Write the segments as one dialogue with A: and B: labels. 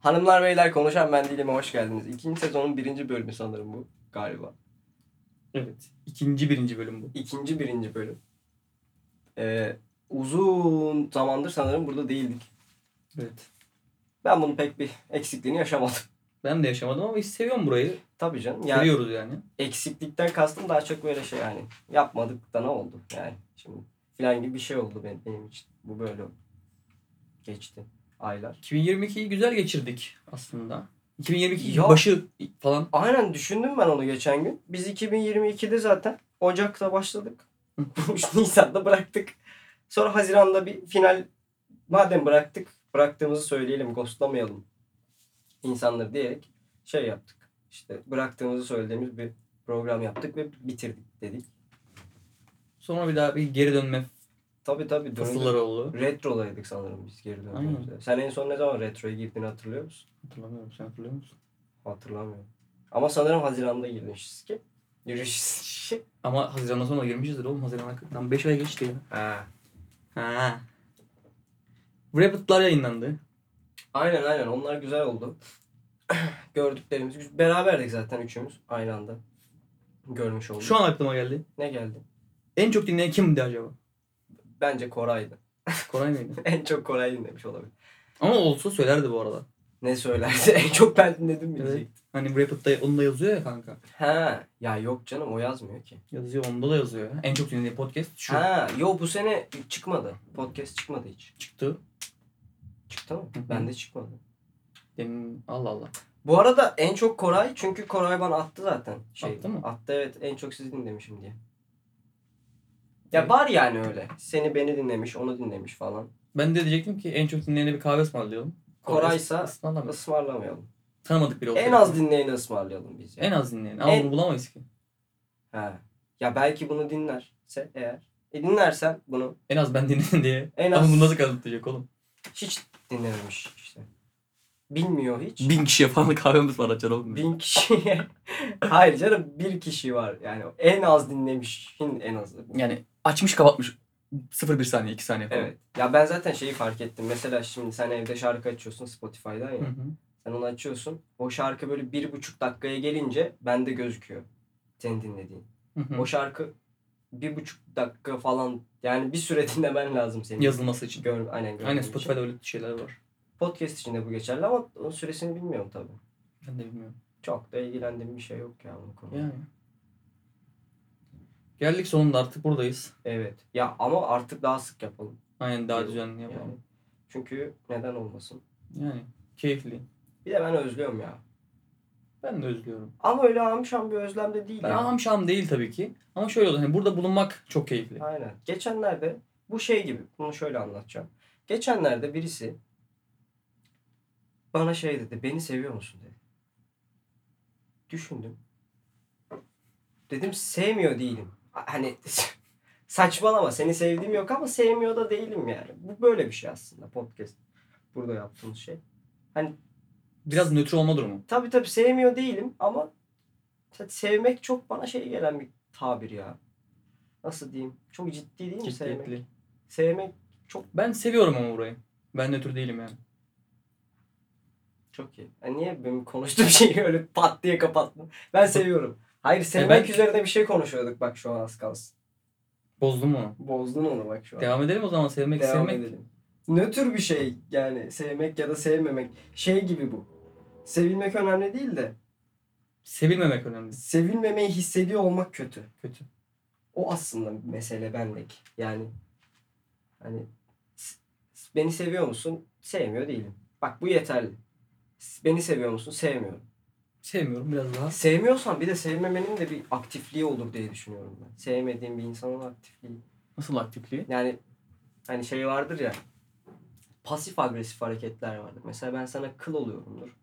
A: Hanımlar beyler konuşan ben değilim hoş geldiniz. İkinci sezonun birinci bölümü sanırım bu galiba.
B: Evet. İkinci birinci bölüm bu.
A: İkinci birinci bölüm. Ee, uzun zamandır sanırım burada değildik.
B: Evet.
A: Ben bunun pek bir eksikliğini yaşamadım.
B: Ben de yaşamadım ama seviyorum burayı.
A: Tabii canım. Yani
B: Seviyoruz yani.
A: eksiklikten kastım daha çok böyle şey yani yapmadık da ne oldu yani şimdi filan gibi bir şey oldu benim, benim için. Bu böyle oldu. geçti aylar.
B: 2022'yi güzel geçirdik aslında. 2022
A: Ya.
B: başı falan.
A: Aynen düşündüm ben onu geçen gün. Biz 2022'de zaten Ocak'ta başladık. 3 Nisan'da bıraktık. Sonra Haziran'da bir final madem bıraktık bıraktığımızı söyleyelim ghostlamayalım insanları diyerek şey yaptık. İşte bıraktığımızı söylediğimiz bir program yaptık ve bitirdik dedik.
B: Sonra bir daha bir geri dönme
A: Tabii tabii. döndük.
B: fısılları oldu.
A: Retro'daydık sanırım biz geri döndüğümüzde. Sen en son ne zaman retroya girdiğini hatırlıyor musun?
B: Hatırlamıyorum sen hatırlıyor musun?
A: Hatırlamıyorum. Ama sanırım Haziran'da girdin ki. Yürüyüş.
B: Ama Haziran'dan sonra girmişizdir oğlum. Haziran'dan 5 ay geçti ya.
A: Ha.
B: Ha. Rapid'lar yayınlandı.
A: Aynen aynen onlar güzel oldu. Gördüklerimiz. güz- Beraberdik zaten üçümüz aynı anda. Görmüş olduk.
B: Şu an aklıma geldi.
A: Ne geldi?
B: En çok dinleyen kimdi acaba?
A: Bence Koray'dı.
B: Koray mıydı?
A: en çok Koray dinlemiş olabilir.
B: Ama olsa söylerdi bu arada.
A: Ne söylerse en çok ben dinledim
B: Evet.
A: bilecek.
B: Hani Rapid'da onu da yazıyor ya kanka.
A: Ha. Ya yok canım o yazmıyor ki.
B: Yazıyor onda da yazıyor. En çok dinlediği podcast şu
A: Ha. Yo bu sene çıkmadı. Podcast çıkmadı hiç.
B: çıktı.
A: Çıktı mı?
B: Hı hı.
A: Bende çıkmadı.
B: Demin Allah Allah.
A: Bu arada en çok Koray çünkü Koray bana attı zaten. Şey,
B: Attı mı?
A: Attı evet en çok sizi dinlemişim diye. Ya
B: Evet.
A: var yani öyle. Seni beni dinlemiş, onu dinlemiş falan.
B: Ben de diyecektim ki en çok dinleyene bir kahve ısmarlayalım.
A: Koray'sa
B: ısmarlamıyoruz.
A: Ismarlamayalım.
B: Tanımadık bile olsa.
A: En az dinleyeni ısmarlayalım biz. ya.
B: En az dinleyeni. Ama
A: En-
B: bunu bulamayız ki.
A: Ha. Ya belki bunu dinlerse eğer. E dinlersen bunu
B: En az ben dinledim diye.
A: En az-
B: Ama bunu nasıl kanıtlayacak oğlum?
A: hiç dinlememiş işte. Bilmiyor hiç.
B: Bin kişiye falan kahve ısmarlayacaksın oğlum.
A: Bin kişiye. Hayır canım bir kişi var. Yani en az dinlemişin en azı.
B: Yani açmış kapatmış. 0-1 saniye 2 saniye
A: Evet. Ya ben zaten şeyi fark ettim. Mesela şimdi sen evde şarkı açıyorsun Spotify'dan ya.
B: Hı hı.
A: Sen onu açıyorsun. O şarkı böyle bir buçuk dakikaya gelince bende gözüküyor. Senin dinlediğin.
B: Hı hı.
A: O şarkı bir buçuk dakika falan yani bir süre dinlemen lazım senin.
B: Yazılması için.
A: Gör, aynen gördüğün
B: Aynen
A: için.
B: Spotify'da öyle şeyler var.
A: Podcast için de bu geçerli ama onun süresini bilmiyorum tabii.
B: Ben de bilmiyorum.
A: Çok da ilgilendiğim bir şey yok ya bu konuda.
B: Yani. Geldik sonunda artık buradayız.
A: Evet. Ya ama artık daha sık yapalım.
B: Aynen daha
A: Yok,
B: düzenli
A: Yani.
B: yapalım.
A: Çünkü neden olmasın.
B: yani keyifli.
A: Bir de ben özlüyorum ya.
B: Ben de özlüyorum.
A: Ama öyle amşan bir özlem de değil.
B: Ben
A: ya.
B: aham şahım değil tabii ki. Ama şöyle oluyor. Hani burada bulunmak çok keyifli.
A: Aynen. Geçenlerde bu şey gibi. Bunu şöyle anlatacağım. Geçenlerde birisi bana şey dedi. Beni seviyor musun dedi. Düşündüm. Dedim sevmiyor değilim. Hani saçmalama seni sevdiğim yok ama sevmiyor da değilim yani. Bu böyle bir şey aslında podcast. Burada yaptığımız şey.
B: Biraz nötr olma durumu.
A: Tabii tabii sevmiyor değilim ama sevmek çok bana şey gelen bir tabir ya. Nasıl diyeyim? Çok ciddi değil mi sevmek?
B: Ciddiyetli.
A: Sevmek
B: Ben seviyorum ama burayı. Ben nötr değilim yani.
A: Çok iyi. E niye benim konuştuğum şeyi öyle pat diye kapattın? Ben seviyorum. Hayır sevmek
B: E, ben-
A: üzerine bir şey konuşuyorduk bak şu an az kalsın.
B: Bozdum onu.
A: Bozdun onu bak şu an.
B: Devam edelim o zaman sevmek
A: Devam
B: sevmek.
A: edelim. Nötr bir şey yani sevmek ya da sevmemek. Şey gibi bu. Sevilmek önemli değil de
B: Sevilmemek önemli.
A: sevilmemeyi hissediyor olmak kötü.
B: Kötü.
A: O aslında mesele bendeki. Yani hani s- beni seviyor musun? Sevmiyor değilim. Bak bu yeterli. S- Beni seviyor musun? Sevmiyorum.
B: Sevmiyorum biraz daha.
A: Sevmiyorsan bir de sevmemenin de bir aktifliği olur diye düşünüyorum ben. Sevmediğim bir insanın aktifliği.
B: Nasıl aktifliği?
A: Yani hani şey vardır ya. Pasif agresif hareketler vardır. Mesela ben sana kıl oluyorumdur.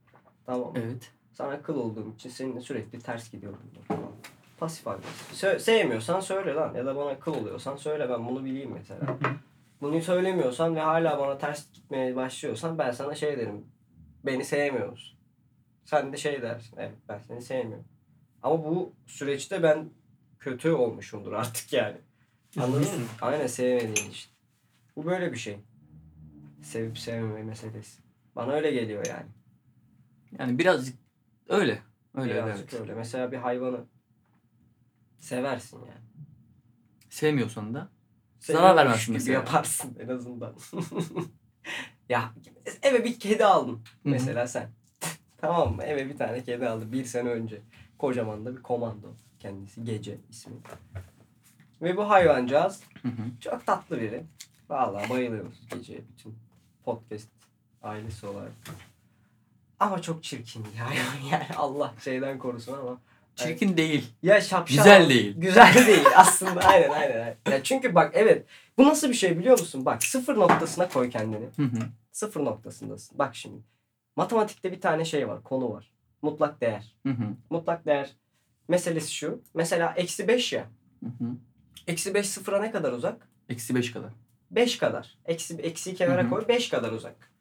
A: Tamam mı?
B: Evet.
A: Sana kıl olduğum için seninle sürekli ters gidiyorumdur. falan. Pasif agresif. Sö- sevmiyorsan söyle lan ya da bana kıl oluyorsan söyle ben bunu bileyim mesela. Bunu söylemiyorsan ve hala bana ters gitmeye başlıyorsan ben sana şey derim. Beni sevmiyorsun. Sen de şey dersin. Evet ben seni sevmiyorum. Ama bu süreçte ben kötü olmuşumdur artık yani. Anladın mı?
B: Üzülmüşsün.
A: Aynen sevmediğin için. Bu böyle bir şey. Sevip sevmeme meselesi. Bana öyle geliyor yani.
B: Yani birazcık öyle. Öyle
A: Birazcık
B: evet.
A: öyle. Mesela bir hayvanı seversin yani.
B: Sevmiyorsan da
A: Seviyormuş
B: vermezsin
A: gibi
B: mesela.
A: yaparsın en azından. ya eve bir kedi aldın
B: hı.
A: mesela sen. tamam mı? Eve bir tane kedi aldı bir sene önce. Kocaman da bir komando kendisi. Gece ismi. Ve bu hayvancağız
B: Hı hı.
A: çok tatlı biri. Vallahi bayılıyoruz geceye bütün podcast ailesi olarak. Ama çok çirkin bir hayvan yani Allah şeyden korusun ama.
B: çirkin değil.
A: Ya şapşal.
B: Güzel değil.
A: Güzel değil aslında aynen aynen. aynen. Ya çünkü bak evet bu nasıl bir şey biliyor musun? Bak sıfır noktasına koy kendini.
B: Hı hı.
A: Sıfır noktasındasın. Bak şimdi matematikte bir tane şey var konu var. Mutlak değer.
B: Hı hı.
A: Mutlak değer meselesi şu. Mesela eksi 5 ya.
B: Hı hı.
A: Eksi 5 sıfıra ne kadar uzak?
B: Eksi beş kadar.
A: 5 kadar. Eksi, eksiyi
B: Hı
A: kenara
B: hı.
A: koy 5 kadar uzak.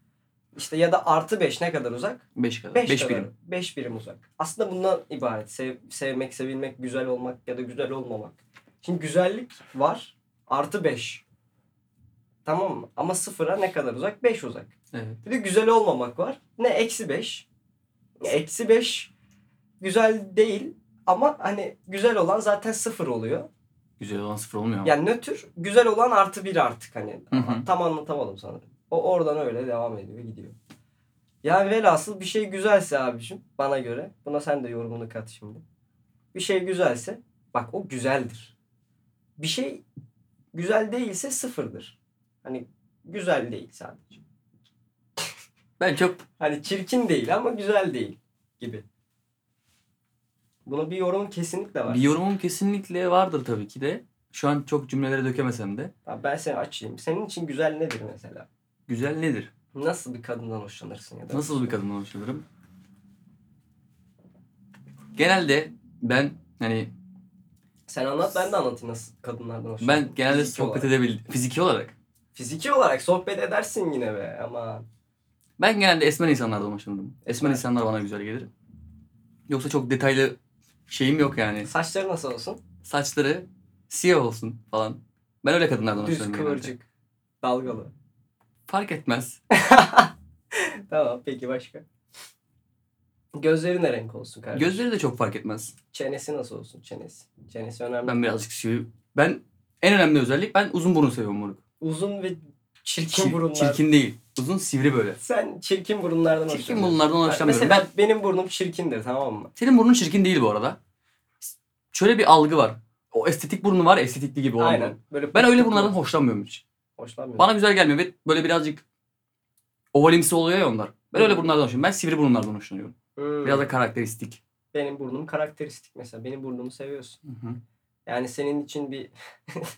A: İşte ya da artı 5 ne kadar uzak?
B: Beş kadar.
A: 5
B: Beş,
A: kadar.
B: birim.
A: 5 birim uzak. Aslında bundan ibaret. Sev, sevmek, sevilmek, güzel olmak ya da güzel olmamak. Şimdi güzellik var. Artı 5. Tamam mı? Ama sıfıra ne kadar uzak? 5 uzak.
B: Evet.
A: Bir de güzel olmamak var. Ne eksi 5. Eksi 5 güzel değil ama hani güzel olan zaten sıfır oluyor.
B: Güzel olan sıfır olmuyor. ama.
A: Yani nötr güzel olan artı bir artık hani.
B: Hı hı.
A: Tam anlatamadım sana. O oradan öyle devam ediyor gidiyor. Yani velhasıl bir şey güzelse abicim bana göre. Buna sen de yorumunu kat şimdi. Bir şey güzelse bak o güzeldir. Bir şey güzel değilse sıfırdır. Hani güzel değil sadece.
B: Ben çok
A: Hani çirkin değil ama güzel değil gibi. Buna bir yorum kesinlikle var.
B: bir yorumum kesinlikle vardır tabii ki de. Şu an çok cümlelere dökemesem de.
A: Abi Ben seni açayım. Senin için güzel nedir mesela?
B: Güzel nedir?
A: Nasıl bir kadından hoşlanırsın ya da?
B: Nasıl bir kadından hoşlanırım? Genelde ben hani
A: Sen anlat ben de anlatayım nasıl kadınlardan hoşlanırsın.
B: ben genelde
A: Fiziki olarak.
B: sohbet edebil fiziki olarak.
A: Fiziki olarak sohbet edersin yine be ama
B: Ben genelde esmer insanlardan hoşlanırım. Esmer
A: Evet.
B: insanlar bana güzel gelir. Yoksa çok detaylı şeyim yok yani.
A: saçları nasıl olsun?
B: Saçları siyah olsun falan. Ben öyle kadınlardan
A: Düz
B: hoşlanırım. genelde.
A: kıvırcık. Dalgalı.
B: Fark etmez.
A: Tamam peki başka? Gözleri ne renk olsun kardeşim?
B: Gözleri de çok fark etmez.
A: Çenesi nasıl olsun çenesi? Çenesi önemli.
B: Ben birazcık sivri. Ben en önemli özellik ben uzun burun seviyorum moruk.
A: Uzun ve çirkin
B: Çir-
A: burunlar.
B: Çirkin değil. Uzun sivri böyle.
A: Sen çirkin burunlardan
B: Çirkin
A: hoşlanıyorsun.
B: burunlardan
A: Ben-
B: hoşlanmıyorum.
A: Mesela
B: Ben
A: benim burnum çirkindir tamam mı?
B: Senin burnun çirkin değil bu arada. Şöyle bir algı var. O estetik burnu var ya, estetikli gibi olan burun.
A: Aynen. Böyle
B: Ben öyle bunlardan hoşlanmıyorum hiç.
A: hoşlanmıyorum.
B: Bana güzel gelmiyor ve böyle birazcık ovalimsi oluyor ya onlar. Ben öyle bunlardan hoşlanıyorum. Ben sivri burunlardan hoşlanıyorum.
A: Hmm.
B: Biraz da karakteristik.
A: Benim burnum karakteristik mesela. Benim burnumu seviyorsun. Yani senin için bir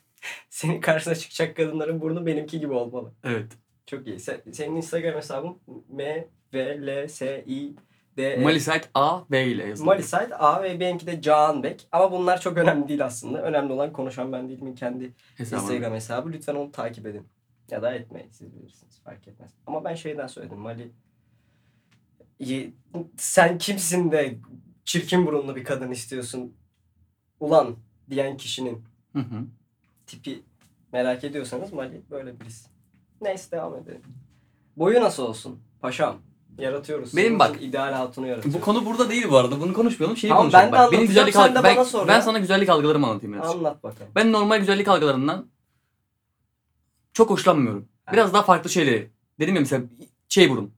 A: senin karşına çıkacak kadınların burnu benimki gibi olmalı.
B: Evet.
A: Çok iyi. Sen, senin Instagram hesabın M V L S I D E.
B: Malisite A V ile yazılıyor.
A: Malisite A ve benimki de Can Bek. Ama bunlar çok önemli değil aslında. Önemli olan konuşan ben değilim. Kendi
B: Hesabı.
A: Instagram hesabı. Lütfen onu takip edin. Ya da etmeyin. Siz bilirsiniz. Fark etmez. Ama ben şeyden söyledim. Mali Ye- sen kimsin de çirkin burunlu bir kadın istiyorsun ulan diyen kişinin
B: Hı hı.
A: tipi merak ediyorsanız Mali böyle birisi. Neyse devam edelim. Boyu nasıl olsun? Paşam. Yaratıyoruz.
B: Benim
A: Senin
B: bak-
A: için ideal hatunu yaratıyoruz.
B: Bu konu burada değil bu arada. Bunu konuşmayalım. Şeyi
A: Tamam,
B: konuşalım.
A: ben de
B: Bak, benim
A: anlatacağım,
B: güzellik
A: sen
B: alg-
A: de
B: ben,
A: bana sor
B: ben
A: ya.
B: sana güzellik algılarımı anlatayım biraz.
A: Anlat bakalım.
B: Ben normal güzellik algılarından çok hoşlanmıyorum. Biraz daha farklı şeyleri. Dedim ya mesela şey burun.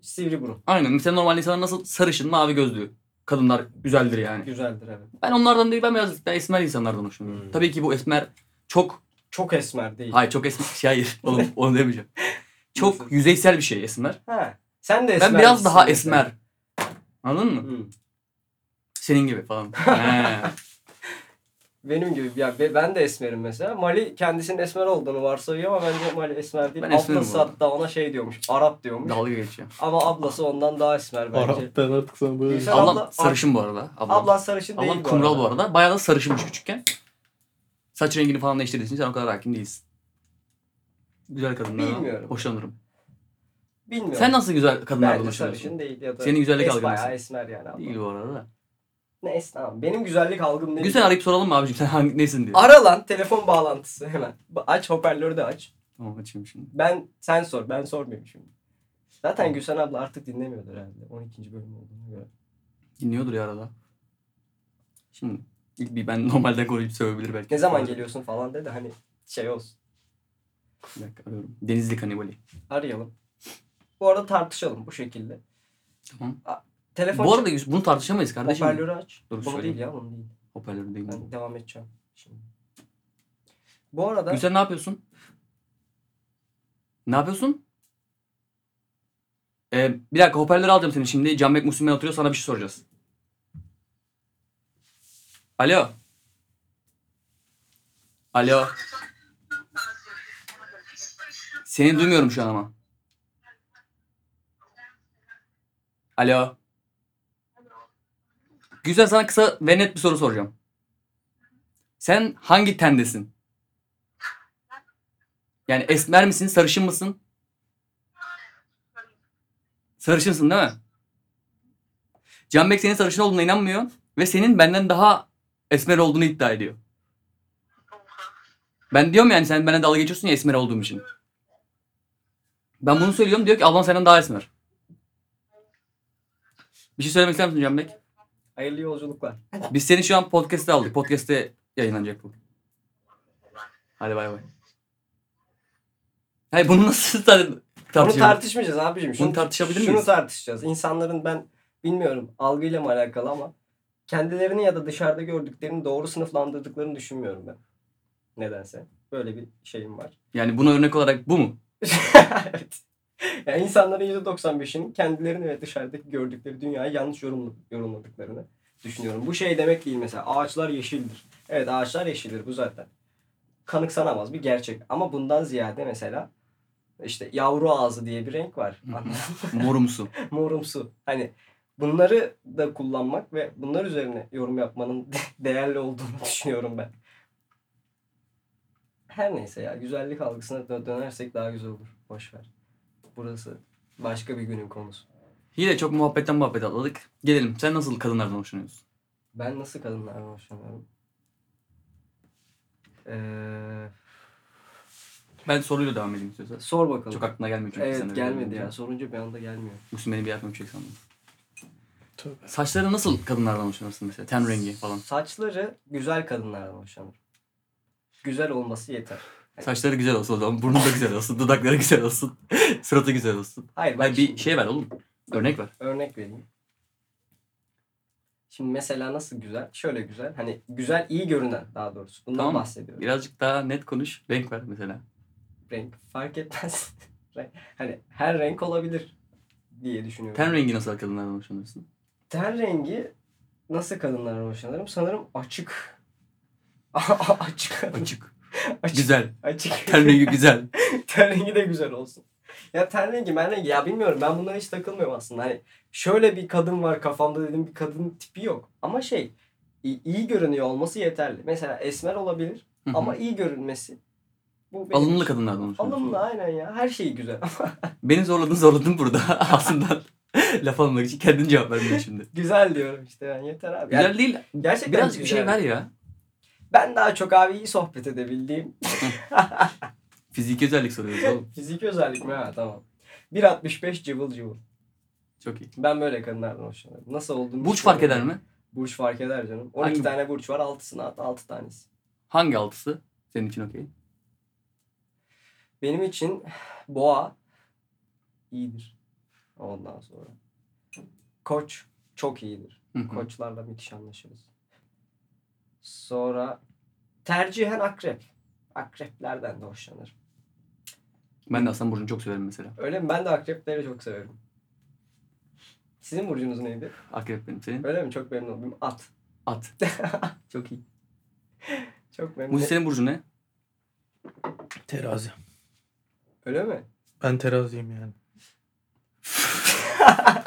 A: Sivri burun.
B: Aynen. Mesela normal insanlar nasıl sarışın, mavi gözlü kadınlar güzeldir yani.
A: Güzeldir evet.
B: Ben onlardan değil, ben birazcık daha esmer insanlardan hoşlanıyorum.
A: Hmm.
B: Tabii ki bu esmer çok,
A: Çok esmer değil.
B: hayır çok esmer, şey, hayır oğlum onu demeyeceğim. Çok
A: Nasıl?
B: yüzeysel bir şey esmer.
A: Ha. Sen de esmer. Hmm.
B: Ben biraz daha
A: misin
B: esmer. Anladın
A: mesela?
B: mı?
A: Hı.
B: Senin gibi falan. He.
A: Benim gibi. Ya be- ben de esmerim mesela. Mali kendisinin esmer olduğunu varsayıyor ama bence Mali esmer değil.
B: Ben esmerim
A: ablası
B: bu arada.
A: hatta ona şey diyormuş. Arap diyormuş.
B: Dalga geçiyor.
A: Ama ablası ondan daha esmer bence.
C: Arap'tan artık sana böyle
A: Gülsel abla,
B: Ablam sarışın bu arada. Ablam,
A: Ablan sarışın değil
B: ablam kumral bu arada. Bayağı da sarışınmış küçükken. Saç rengini falan değiştirdiği için sen o kadar hakim değilsin. Güzel kadınlardan
A: Bilmiyorum.
B: hoşlanırım.
A: Bilmiyorum.
B: Sen nasıl güzel kadınlardan
A: Bence
B: hoşlanıyorsun?
A: sarışın değil ya da
B: Senin güzellik
A: es-
B: algın
A: Bayağı
B: nasıl?
A: esmer yani. abla.
B: Değil bu arada da.
A: Neyse tamam. Benim güzellik algım ne?
B: Güzel arayıp soralım mı abicim sen hangi nesin diye.
A: Ara lan telefon bağlantısı hemen. Ba- Aç hoparlörü de aç.
B: Tamam açayım şimdi.
A: Ben sen sor. Ben sormayayım şimdi. Zaten Gülsen abla artık dinlemiyordur herhalde. 12. bölüm olduğuna göre.
B: Dinliyordur ya arada. Şimdi ilk bir ben normalden koruyup sövebilir belki.
A: Ne zaman geliyorsun falan dedi hani şey olsun.
B: Bir dakika arıyorum. Denizli kanibali.
A: Arayalım. Bu arada tartışalım bu şekilde.
B: Tamam.
A: A- telefon
B: Bu arada bunu tartışamayız
A: çek-
B: kardeşim.
A: hoparlörü aç.
B: Dur,
A: bunu
B: söyleyeyim.
A: değil ya bunu değil.
B: Hoparlörü değil.
A: Ben devam edeceğim şimdi. Bu arada
B: Gülsen ne yapıyorsun? Ne yapıyorsun? Ee, bir dakika hoparlörü alacağım seni şimdi. Canbek Musim'e oturuyor sana bir şey soracağız. Alo. Alo. Seni duymuyorum şu an ama. Alo. Güzel sana kısa ve net bir soru soracağım. Sen hangi tendesin? Yani esmer misin, sarışın mısın? Sarışınsın değil mi? Canbek senin sarışın olduğuna inanmıyor ve senin benden daha esmer olduğunu iddia ediyor. Ben diyorum yani sen benden dalga geçiyorsun ya esmer olduğum için. Ben bunu söylüyorum diyor ki ablam senden daha esmer. Bir şey söylemek ister misin Canbek?
A: hayırlı yolculuklar.
B: Biz seni şu an podcast'te aldık. Podcast'te yayınlanacak bu. Hadi bay bay. Hayır bunu nasıl tar-
A: Bunu
B: tartışalım?
A: tartışmayacağız abicim.
B: Bunu tartışabilir
A: şunu
B: miyiz?
A: tartışacağız. İnsanların ben bilmiyorum algıyla mı alakalı ama kendilerini ya da dışarıda gördüklerini doğru sınıflandırdıklarını düşünmüyorum ben. Nedense. Böyle bir şeyim var.
B: Yani buna örnek olarak bu mu?
A: evet. Yani insanların %95'inin kendilerini ve dışarıdaki gördükleri dünyayı yanlış yorumlu- yorumladıklarını düşünüyorum. Bu şey demek değil mesela ağaçlar yeşildir. Evet ağaçlar yeşildir bu zaten. Kanıksanamaz bir gerçek. Ama bundan ziyade mesela işte yavru ağzı diye bir renk var.
B: Hı hı. Morumsu.
A: Morumsu. Hani bunları da kullanmak ve bunlar üzerine yorum yapmanın değerli olduğunu düşünüyorum ben. Her neyse ya güzellik algısına dö- dönersek daha güzel olur. Boş ver. Burası başka bir günün konusu.
B: Yine çok muhabbetten muhabbet atladık. Gelelim. Sen nasıl kadınlardan hoşlanıyorsun?
A: Ben nasıl kadınlardan hoşlanıyorum? Ee,
B: Ben soruyla devam edeyim istiyorsan.
A: sor bakalım.
B: Çok aklına gelmiyor çünkü. sen
A: evet
B: öyle
A: gelmedi
B: deyince.
A: ya. Sorunca bir anda gelmiyor.
B: Musun beni bir yapmam şey sandım.
D: Tövbe.
B: Saçları nasıl kadınlardan hoşlanırsın mesela? Ten rengi falan.
A: Saçları güzel kadınlardan hoşlanırım. Güzel olması yeter.
B: Saçları güzel olsun o zaman. Burnu da güzel olsun. Dudakları güzel olsun. Suratı güzel olsun.
A: Hayır bak
B: Ben bir
A: şimdi-
B: şey ver oğlum. Örnek ver.
A: örnek vereyim. Şimdi mesela nasıl güzel? Şöyle güzel. Hani güzel iyi görünen daha doğrusu. Bundan
B: Tamam.
A: bahsediyorum.
B: Birazcık daha net konuş. Renk ver mesela.
A: Renk fark etmez. Renk- hani her renk olabilir diye düşünüyorum.
B: Ten rengi nasıl kadınlardan hoşlanırsın?
A: Ten rengi nasıl kadınlara hoşlanırım? Sanırım açık. açık.
B: Açık.
A: Açık.
B: güzel.
A: Açık.
B: Ten rengi güzel.
A: ten rengi de güzel olsun. Ya ten rengi ben rengi ya bilmiyorum ben bunlara hiç takılmıyorum aslında. Hani şöyle bir kadın var kafamda dedim bir kadın tipi yok. Ama şey i- iyi görünüyor olması yeterli. Mesela esmer olabilir
B: Hı hı.
A: ama iyi görünmesi. Bu benim
B: Alımlı
A: için-
B: kadınlardan hoşlanırsın.
A: Alımlı aynen ya. Her şeyi güzel.
B: Beni zorladın zorladın burada. Aslında laf almak için kendin cevap vermiyorsun şimdi.
A: güzel diyorum işte yani yeter abi. Yani
B: Güzel değil.
A: gerçekten
B: Birazcık bir şey
A: güzel.
B: ver ya.
A: Ben daha çok abi iyi sohbet edebildiğim
B: Fiziki özellik soruyoruz oğlum.
A: fiziki özellik mi? Ha tamam. 1.65 cıvıl cıvıl.
B: Çok iyi.
A: Ben böyle kadınlardan hoşlanırım. Nasıl olduğunu
B: Burç
A: hiç
B: fark eder
A: bilmiyorum.
B: mi?
A: Burç fark eder canım. 12
B: Hangi-
A: tane burç var. 6'sını at. 6 tanesi.
B: Hangi altısı? Senin için okey.
A: Benim için boğa iyidir. Ondan sonra. Koç çok iyidir.
B: Hı hı.
A: Koçlarla müthiş anlaşırız. Sonra tercihen akrep. Akreplerden de hoşlanırım.
B: Ben de Aslan Burcu'nu çok severim mesela.
A: Öyle mi? Ben de akrepleri çok severim. Sizin burcunuz neydi?
B: Akrep benim senin.
A: Öyle mi? Çok memnun oldum. At.
B: At. çok iyi.
A: Çok memnun
B: Musi senin Burcu ne?
D: Terazi.
A: Öyle mi?
D: Ben teraziyim yani.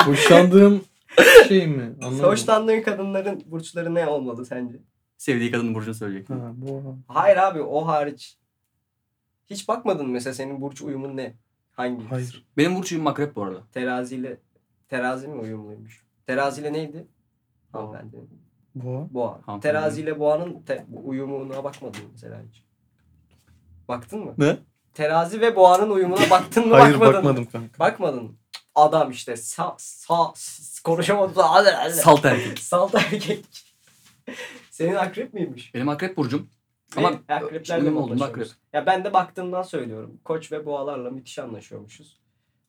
D: Hoşlandığım şey mi? Anlamadım.
A: Hoşlandığın kadınların burçları ne olmalı sence?
B: Sevdiği kadının Burcu'nu söyleyecek.
D: Ha, bu.
A: Hayır abi o hariç. Hiç bakmadın mı mesela senin burç uyumun ne? Hangi?
D: Hayır.
B: Benim Burcu'yum akrep bu arada.
A: Teraziyle terazi mi uyumluymuş? Teraziyle neydi? Hanımefendi.
D: Bu.
A: Boğa.
B: Hanımefendi.
A: Teraziyle boğanın te- uyumuna bakmadın mı mesela hiç. Baktın mı?
D: Ne?
A: Terazi ve boğanın uyumuna baktın mı
D: Hayır
A: bakmadın mı?
D: bakmadım kanka.
A: Bakmadın. mı? adam işte sa sa s- konuşamadım da
B: Salt erkek.
A: salt erkek. Senin akrep miymiş?
B: Benim akrep burcum. Ama
A: Benim akreplerle
B: uyum oldum akrep.
A: anlaşıyoruz. Ya ben de baktığımdan söylüyorum. Koç ve boğalarla müthiş anlaşıyormuşuz.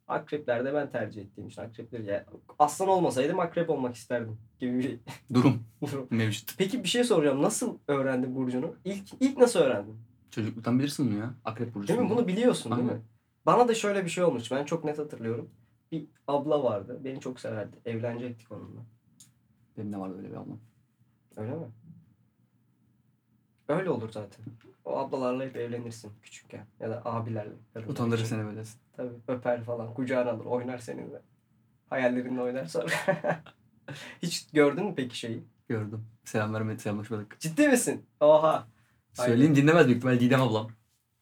A: Akrepler de ben tercih ettiğim için akrepleri. Ya, aslan olmasaydım akrep olmak isterdim gibi bir
B: Durum
A: durum.
B: mevcut.
A: Peki bir şey soracağım. Nasıl öğrendin burcunu? İlk ilk nasıl öğrendin?
B: Çocukluktan bilirsin bunu ya. Akrep burcu.
A: Değil mi? Bunu biliyorsun değil
B: Aynen.
A: mi? Bana da şöyle bir şey olmuş. Ben çok net hatırlıyorum. Bir abla vardı. Beni çok severdi. Evlenecektik onunla.
B: Benim de vardı öyle bir ablam.
A: Öyle mi? Öyle olur zaten. O ablalarla hep evlenirsin küçükken. Ya da abilerle. karınlar
B: Utandırır
A: için.
B: seni böyle.
A: Tabii öper falan. Kucağına alır. Oynar seninle. Hayallerinle oynar sonra. Hiç gördün mü peki şeyi?
B: Gördüm. Selam vermedi, selamlaşmadık.
A: Ciddi misin? Oha. Aynen.
B: Söyleyeyim dinlemez büyük ihtimal Didem ablam.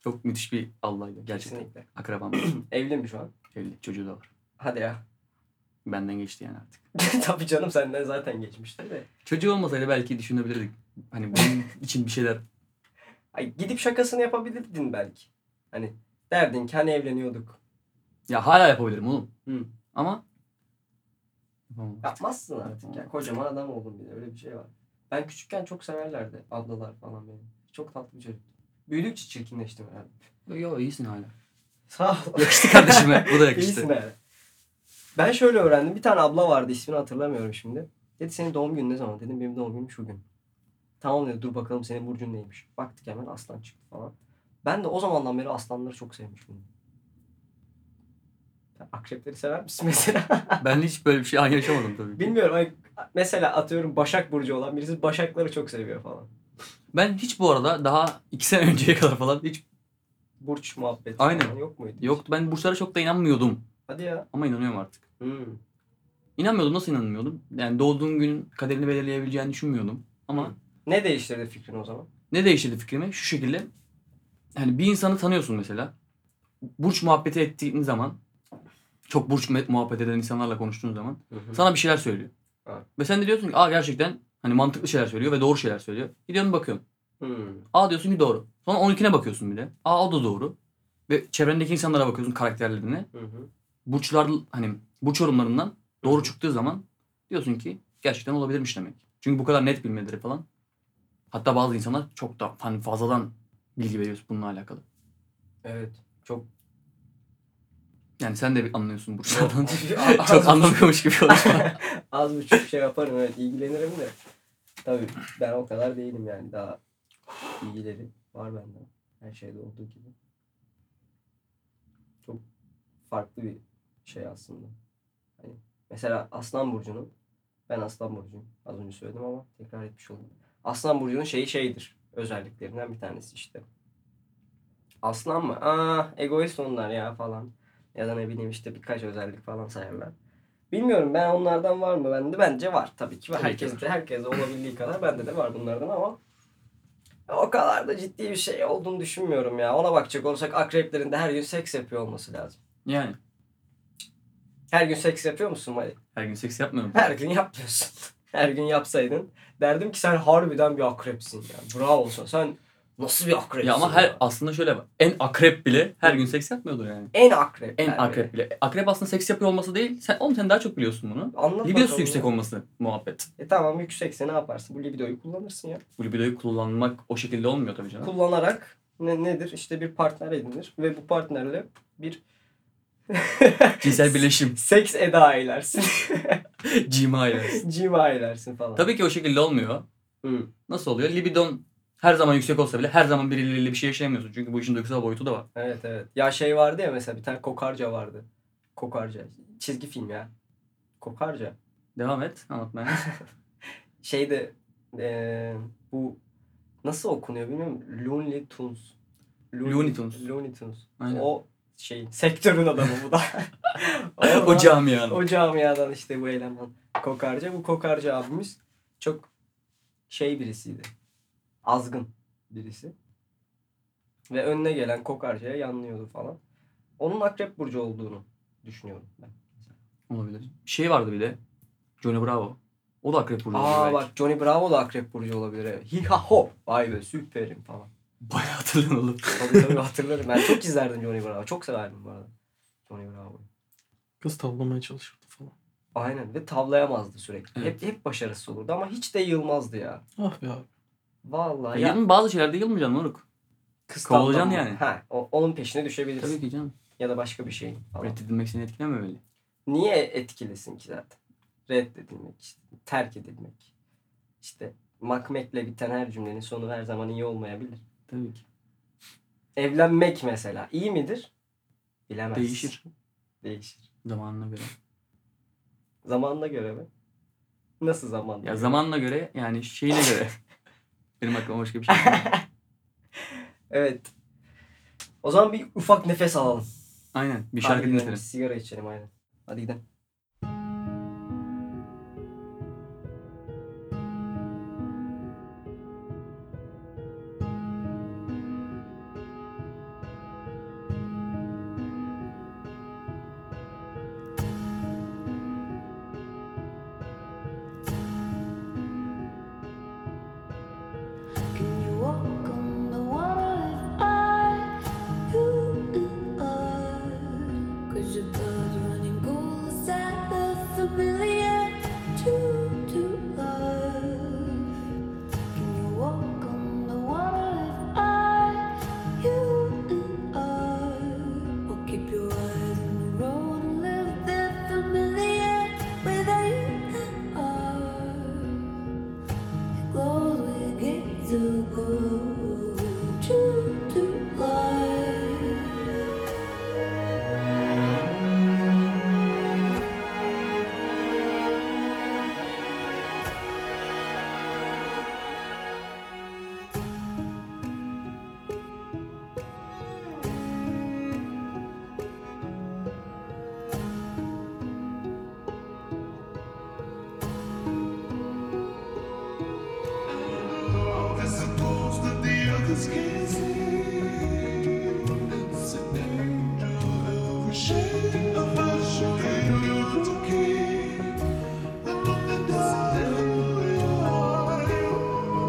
B: Çok müthiş bir ablaydı gerçekten.
A: Kesinlikle.
B: Akrabam.
A: Evli mi şu an?
B: Evli, çocuğu da var.
A: Hadi ya.
B: Benden geçti yani artık.
A: Tabii canım senden zaten geçmişti de.
B: Çocuğu olmasaydı belki düşünebilirdik. Hani bunun için bir şeyler
A: Ay, gidip şakasını yapabilirdin belki. Hani derdin ki hani evleniyorduk.
B: Ya hala yapabilirim oğlum.
A: Hı.
B: Ama Yapamam.
A: Yapmazsın artık ya. Kocaman adam oldun bir de öyle bir şey var. Ben küçükken çok severlerdi ablalar falan beni. Çok tatlı bir çocuktu. Büyüdükçe çirkinleştim herhalde.
B: Yo iyisin hala.
A: Sağ ol.
B: Yakıştı kardeşime. Bu da
A: İyisin
B: yakıştı.
A: herhalde. Ben şöyle öğrendim. Bir tane abla vardı ismini hatırlamıyorum şimdi. Dedi senin doğum günün ne zaman? Dedim benim doğum günüm şu gün. Tamam dedi dur bakalım senin burcun neymiş. Baktık hemen aslan çıktı falan. Ben de o zamandan beri aslanları çok sevmişim. Sen Akrepleri sever misin mesela?
B: ben hiç böyle bir şey an yaşamadım tabii ki.
A: Bilmiyorum. Hani mesela atıyorum Başak Burcu olan birisi Başakları çok seviyor falan.
B: Ben hiç bu arada daha iki sene önceye kadar falan hiç
A: Burç muhabbeti
B: Aynen.
A: falan yok muydu?
B: yoktu. Ben burçlara çok da inanmıyordum.
A: Hadi ya.
B: Ama inanıyorum artık.
A: Hmm.
B: İnanmıyordum nasıl inanmıyordum? Yani doğduğun gün kaderini belirleyebileceğini düşünmüyordum. Ama
A: Hı. Ne değiştirdi fikrin o zaman?
B: ne değiştirdi fikrimi? Şu şekilde. Hani bir insanı tanıyorsun mesela. Burç muhabbeti ettiğin zaman çok burç me- muhabbet eden insanlarla konuştuğun zaman Sana bir şeyler söylüyor.
A: Evet.
B: Ve sen de diyorsun ki aa gerçekten hani mantıklı şeyler söylüyor ve doğru şeyler söylüyor. Gidiyorsun bakıyorsun.
A: Hmm.
B: Aa diyorsun ki doğru. Sonra 12'ne bakıyorsun bir de. Aa o da doğru. Ve çevrendeki insanlara bakıyorsun karakterlerine.
A: Hı hı.
B: Burçlar hani burç yorumlarından doğru çıktığı zaman diyorsun ki gerçekten olabilirmiş demek. Çünkü bu kadar net bilmeleri falan. Hatta bazı insanlar çok da hani fazladan bilgi veriyorsun bununla alakalı.
A: Evet. Çok
B: Yani sen de bir anlıyorsun burçlardan.
A: Az-
B: çok anlamıyormuş gibi konuşma.
A: Az buçuk şey yaparım evet ilgilenirim de. Tabii ben o kadar değilim yani daha ilgileri var bende. Her şeyde olduğu gibi. Çok farklı bir şey aslında. Hani mesela Aslan Burcu'nun ben Aslan Burcu'yum. Az önce söyledim ama tekrar etmiş oldum. Aslan Burcu'nun şeyi şeydir. Özelliklerinden bir tanesi işte. Aslan mı? Aa egoist onlar ya falan. Ya da ne bileyim işte birkaç özellik falan sayarlar. Bilmiyorum ben onlardan var mı bende? Bence var tabii ki. Var.
B: Tabii ki
A: Herkes de herkes olabildiği kadar bende de var bunlardan ama o kadar da ciddi bir şey olduğunu düşünmüyorum ya. Ona bakacak olursak akreplerin de her gün seks yapıyor olması lazım.
B: Yani
A: Her gün seks yapıyor musun Mali?
B: her gün seks yapmıyorum.
A: Her gün yapmıyorsun. Her gün yapsaydın derdim ki sen harbiden bir akrepsin ya. Bravo olsun. Sen nasıl bir akrepsin?
B: Ya ama her
A: ya?
B: aslında şöyle bak. En akrep bile her gün seks yapmıyordur yani.
A: en akrep.
B: En akrep bile. Akrep aslında seks yapıyor olması değil. Sen oğlum sen daha çok biliyorsun bunu.
A: Anlat
B: Libidosu
A: bakalım
B: yüksek
A: ya.
B: olması muhabbet.
A: E tamam yüksekse ne yaparsın? Bu libidoyu kullanırsın ya.
B: Bu libidoyu kullanmak o şekilde olmuyor tabii canım.
A: Kullanarak ne, nedir? İşte bir partner edinir ve bu partnerle bir
B: Cinsel birleşim,
A: seks eda eylersin.
B: cima ile.
A: Cima eylersin falan.
B: Tabii ki o şekilde olmuyor.
A: Hı.
B: Nasıl oluyor? Libidon her zaman yüksek olsa bile her zaman birileriyle bir şey yaşayamıyorsun. Çünkü bu işin duygusal boyutu da var.
A: Evet evet. Ya şey vardı ya mesela bir tane kokarca vardı. Kokarca. Çizgi film ya. Kokarca.
B: Devam et anlatmaya.
A: şeyde eee bu nasıl okunuyor bilmiyorum. Looney Tunes.
B: Looney Tunes.
A: Looney Tunes.
B: Aynen.
A: O şey sektörün adamı bu da.
B: o camianın.
A: o camiadan işte bu eleman kokarca. Bu kokarca abimiz çok şey birisiydi. Azgın birisi. Ve önüne gelen kokarcaya yanlıyordu falan. Onun akrep burcu olduğunu düşünüyorum ben.
B: Olabilir. Şey vardı bir de. Johnny Bravo. O da akrep burcu.
A: Aa
B: belki.
A: bak Johnny Bravo da akrep burcu olabilir. evet. Hiha hop. Vay be süperim falan.
B: Bayağı hatırlan oğlum.
A: Tabii tabii hatırlarım. Ben çok izlerdim Johnny Bravo. Çok severdim bu arada. Johnny Bravo'yu.
C: Kız tavlamaya çalışırdı falan.
A: Aynen ve tavlayamazdı sürekli.
B: Evet.
A: Hep hep başarısız olurdu ama hiç de yılmazdı ya.
C: Ah be abi.
A: Vallahi
B: Ya,
A: ya.
B: yılın bazı şeylerde yılmayacaksın Moruk.
A: kız
B: kovalayacaksın
A: tavlama-
B: yani.
A: Ha, o- onun peşine düşebilirsin.
B: Tabii ki canım.
A: Ya da başka bir şey. falan.
B: Reddedilmek seni etkilememeli.
A: Niye etkilesin ki zaten? Reddedilmek, işte, terk edilmek. İşte makmekle biten her cümlenin sonu her zaman iyi olmayabilir.
B: Tabii ki.
A: Evlenmek mesela iyi midir? Bilemezsin.
B: Değişir.
A: Değişir.
B: Zamanına göre.
A: Zamanına göre mi? Nasıl zamanla?
B: Ya zamanına göre yani şeyine göre. Benim aklıma başka bir şey gelmedi.
A: Evet. O zaman bir ufak nefes alalım.
B: Aynen. Bir şarkı
A: Hadi gidelim,
B: dinletelim.
A: Sigara içelim aynen. Hadi gidelim.
E: Can you walk on the water if I, you are? Cause your blood running cool is that the familiar to to love? Can you walk on the water if I, you are? Or keep your eyes on the road and live the familiar way that you are? Close we get to go to to life.
F: As supposed that the others can see. It's an angel, every shade of a shade. You're okay. And nothing dies. Who you are, you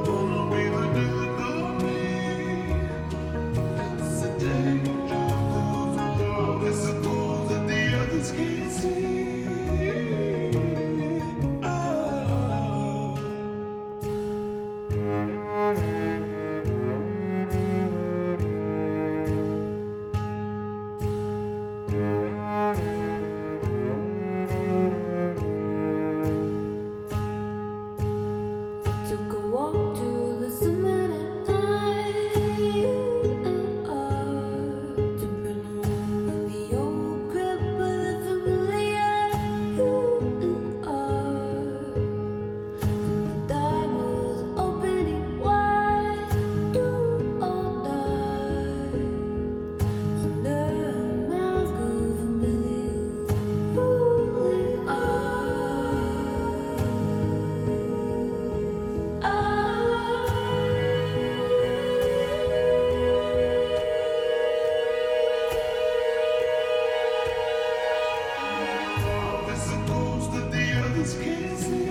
F: wanna be the death of me. It's an angel, as supposed that the others can see. Oh.
E: Took a walk to the summit at night. You and I depend on the old grip of the familiar. You and I. The dark was opening wide. Do or die. Under mouth grew familiar. Who are?
F: It's supposed that the others can't see.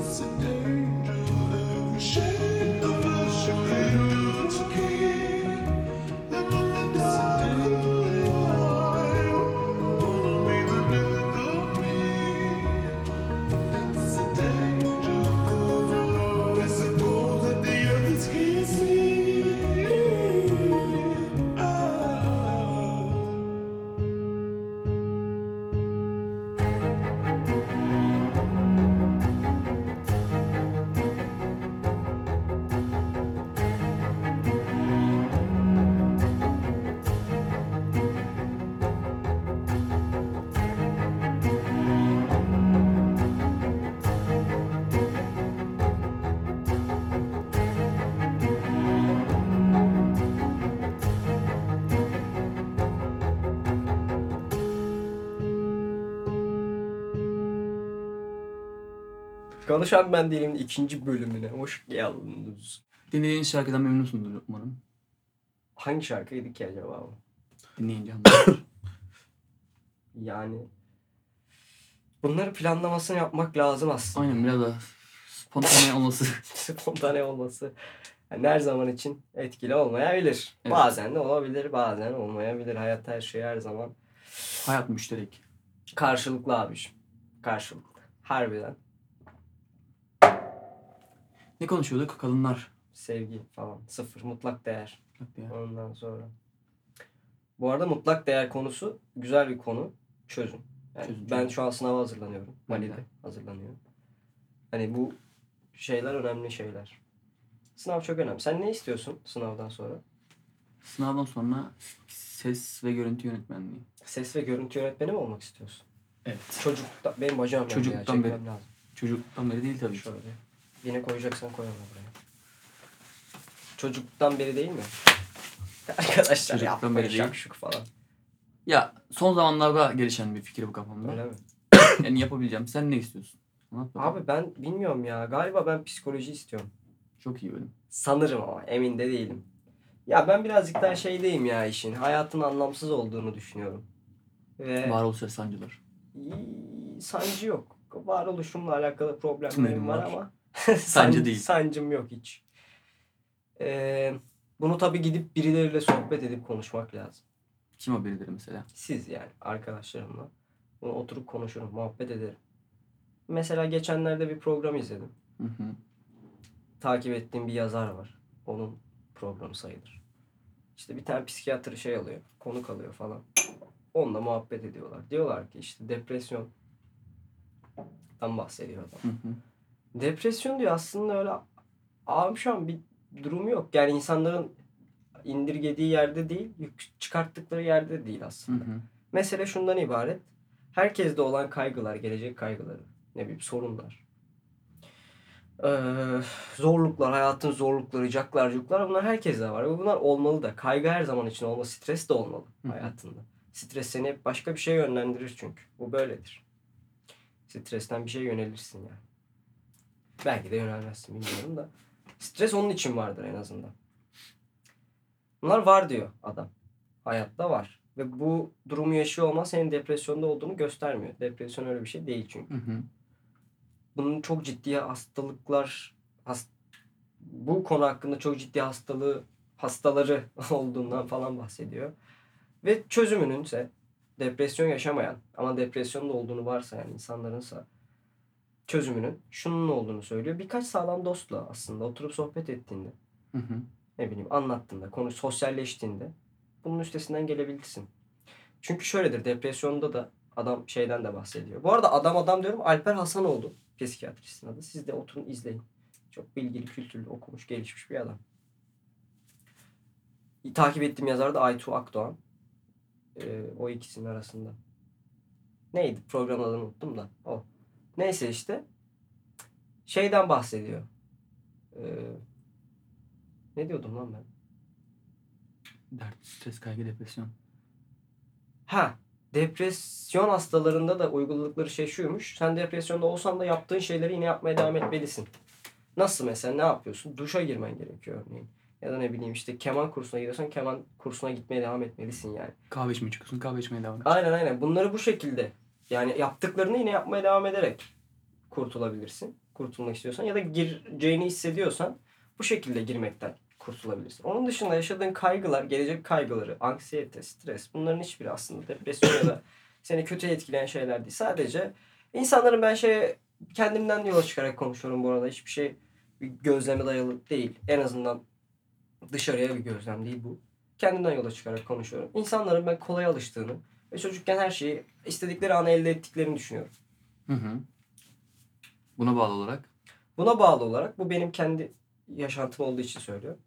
F: It's an angel, every shade of a shade. It's okay. And nothing dies. Who you are, wanna be the death of me. It's an angel, it's supposed that the others can't see. Oh.
A: Konuşan ben değilim ikinci bölümüne. Hoş geldiniz.
B: Dinlediğiniz şarkıdan memnunsundur umarım.
A: Hangi şarkıydı ki acaba bu?
B: Dinleyince anlarsınız.
A: Yani bunları planlamasını yapmak lazım aslında.
B: Aynen biraz da spontane olması.
A: Spontane olması yani her zaman için etkili olmayabilir.
B: Evet.
A: Bazen de olabilir, bazen olmayabilir. Hayat şey her şeyi her zaman
B: Hayat müşterek.
A: Karşılıklı abiciğim. Karşılıklı. Harbiden.
B: Ne konuşuyorduk? Kadınlar.
A: Sevgi falan. Sıfır. Mutlak değer.
B: Ya.
A: Ondan sonra. Bu arada mutlak değer konusu güzel bir konu. Çözün. Yani
B: Çözün,
A: ben
B: çözün.
A: şu an sınava hazırlanıyorum.
B: Ben de.
A: Valide hazırlanıyorum. Hani bu şeyler önemli şeyler. Sınav çok önemli. Sen ne istiyorsun sınavdan sonra?
B: Sınavdan sonra ses ve görüntü yönetmenliği.
A: Ses ve görüntü yönetmeni mi olmak istiyorsun?
B: Evet.
A: Çocukluktan. Benim bacağım yandı ya,
B: Çocukluktan
A: çekmem
B: beri.
A: lazım.
B: Çocukluktan beri değil tabii. ki.
A: Şöyle. Yine koyacaksan koy onu buraya. Çocukluktan beri değil mi? Arkadaşlar
B: Çocukluktan
A: yapmayın
B: beri değil.
A: şakşuk falan.
B: Ya son zamanlarda gelişen bir fikir bu kafamda.
A: Öyle mi?
B: Yani yapabileceğim. Sen ne istiyorsun? Anlat bakalım.
A: Abi ben bilmiyorum ya. Galiba ben psikoloji istiyorum.
B: Çok iyi bölüm.
A: Sanırım ama emin de değilim. Ya ben birazcık daha şeydeyim ya işin. Hayatın anlamsız olduğunu düşünüyorum. Ve
B: Varoluşsal sancılar.
A: İyi, sancı yok. Varoluşumla alakalı problemlerim
B: Tünelim
A: var
B: var.
A: ama
B: Sancı değil.
A: Sancım yok hiç. Ee, bunu tabii gidip birileriyle sohbet edip konuşmak lazım.
B: Kim o birileri mesela?
A: Siz yani arkadaşlarımla. Bunu oturup konuşurum, muhabbet ederim. Mesela geçenlerde bir program izledim.
B: Hı hı.
A: takip ettiğim bir yazar var. Onun programı sayılır. İşte bir tane psikiyatr şey alıyor, konuk alıyor falan. Onunla muhabbet ediyorlar. Diyorlar ki işte depresyondan bahsediyor adam.
B: Hı hı.
A: Depresyon diyor aslında öyle amşan bir durum yok. Yani insanların indirgediği yerde değil, yük- çıkarttıkları yerde değil
B: Hı
A: aslında.
B: hı.
A: Mesele şundan ibaret. Herkeste olan kaygılar, gelecek kaygıları, ne bileyim sorunlar. Ee, zorluklar, hayatın zorlukları, caklar, cuklar bunlar herkeste var. Ve bunlar olmalı da. Kaygı her zaman için olmalı. Stres de olmalı
B: Hı hı.
A: hayatında. Stres seni hep başka bir şeye yönlendirir çünkü. Bu böyledir. Stresten bir şeye yönelirsin yani. Belki de yönelmezsin bilmiyorum da. Stres onun için vardır en azından. Bunlar var diyor adam. Hayatta var. Ve bu durumu yaşıyor olman senin depresyonda olduğunu göstermiyor. Depresyon öyle bir şey değil çünkü.
B: Hı hı.
A: Bunun çok ciddi hastalıklar hast- bu konu hakkında çok ciddi hastalığı hastaları olduğundan falan bahsediyor. Ve çözümünün ise depresyon yaşamayan ama depresyonda olduğunu varsayan insanlarınsa çözümünün şunun olduğunu söylüyor. Birkaç sağlam dostla aslında oturup sohbet ettiğinde
B: Hı hı.
A: ne bileyim anlattığında, konu sosyalleştiğinde bunun üstesinden gelebilirsin. Çünkü şöyledir depresyonda da adam şeyden de bahsediyor. Bu arada adam adam diyorum Alper Hasanoğlu psikiyatristin adı. Siz de oturun izleyin. Çok bilgili, kültürlü, okumuş, gelişmiş bir adam. Takip ettiğim yazar da Aytuğ Akdoğan. Ee, o ikisinin arasında. Neydi programın adını unuttum da o. Neyse işte şeyden bahsediyor. Ee, ne diyordum lan ben?
B: Dert, stres, kaygı, depresyon.
A: Ha depresyon hastalarında da uyguladıkları şey şuymuş. Sen depresyonda olsan da yaptığın şeyleri yine yapmaya devam etmelisin. Nasıl mesela ne yapıyorsun? Duşa girmen gerekiyor örneğin. Ya da ne bileyim işte keman kursuna gidiyorsan keman kursuna gitmeye devam etmelisin yani.
B: Kahve içmeye çıkıyorsun, kahve içmeye devam et.
A: Aynen aynen bunları bu şekilde yani yaptıklarını yine yapmaya devam ederek kurtulabilirsin. Kurtulmak istiyorsan ya da gireceğini hissediyorsan bu şekilde girmekten kurtulabilirsin. Onun dışında yaşadığın kaygılar, gelecek kaygıları, anksiyete, stres bunların hiçbiri aslında depresyon ya da seni kötü etkileyen şeyler değil. Sadece insanların ben şey kendimden yola çıkarak konuşuyorum bu arada. Hiçbir şey bir gözleme dayalı değil. En azından dışarıya bir gözlem değil bu. Kendimden yola çıkarak konuşuyorum. İnsanların ben kolay alıştığını ve çocukken her şeyi istedikleri an elde ettiklerini düşünüyorum.
B: Hı hı. Buna bağlı olarak
A: Buna bağlı olarak bu benim kendi yaşantım olduğu için söylüyorum.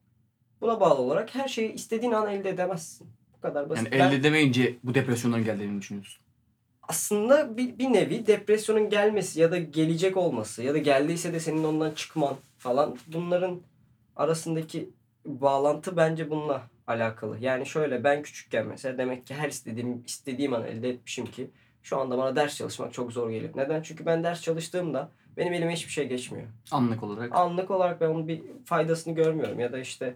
A: Buna bağlı olarak her şeyi istediğin an elde edemezsin. Bu kadar basit.
B: yani
A: Ben
B: elde edemeyince bu depresyonların geldiğini düşünüyorsun.
A: aslında bir, bir nevi depresyonun gelmesi ya da gelecek olması ya da geldiyse de senin ondan çıkman falan bunların arasındaki bağlantı bence bununla alakalı. Yani şöyle ben küçükken mesela demek ki her istediğim istediğim an elde etmişim ki şu anda bana ders çalışmak çok zor geliyor. Neden? Çünkü ben ders çalıştığımda benim elime hiçbir şey geçmiyor.
B: Anlık olarak.
A: anlık olarak ben onun bir faydasını görmüyorum. Ya da işte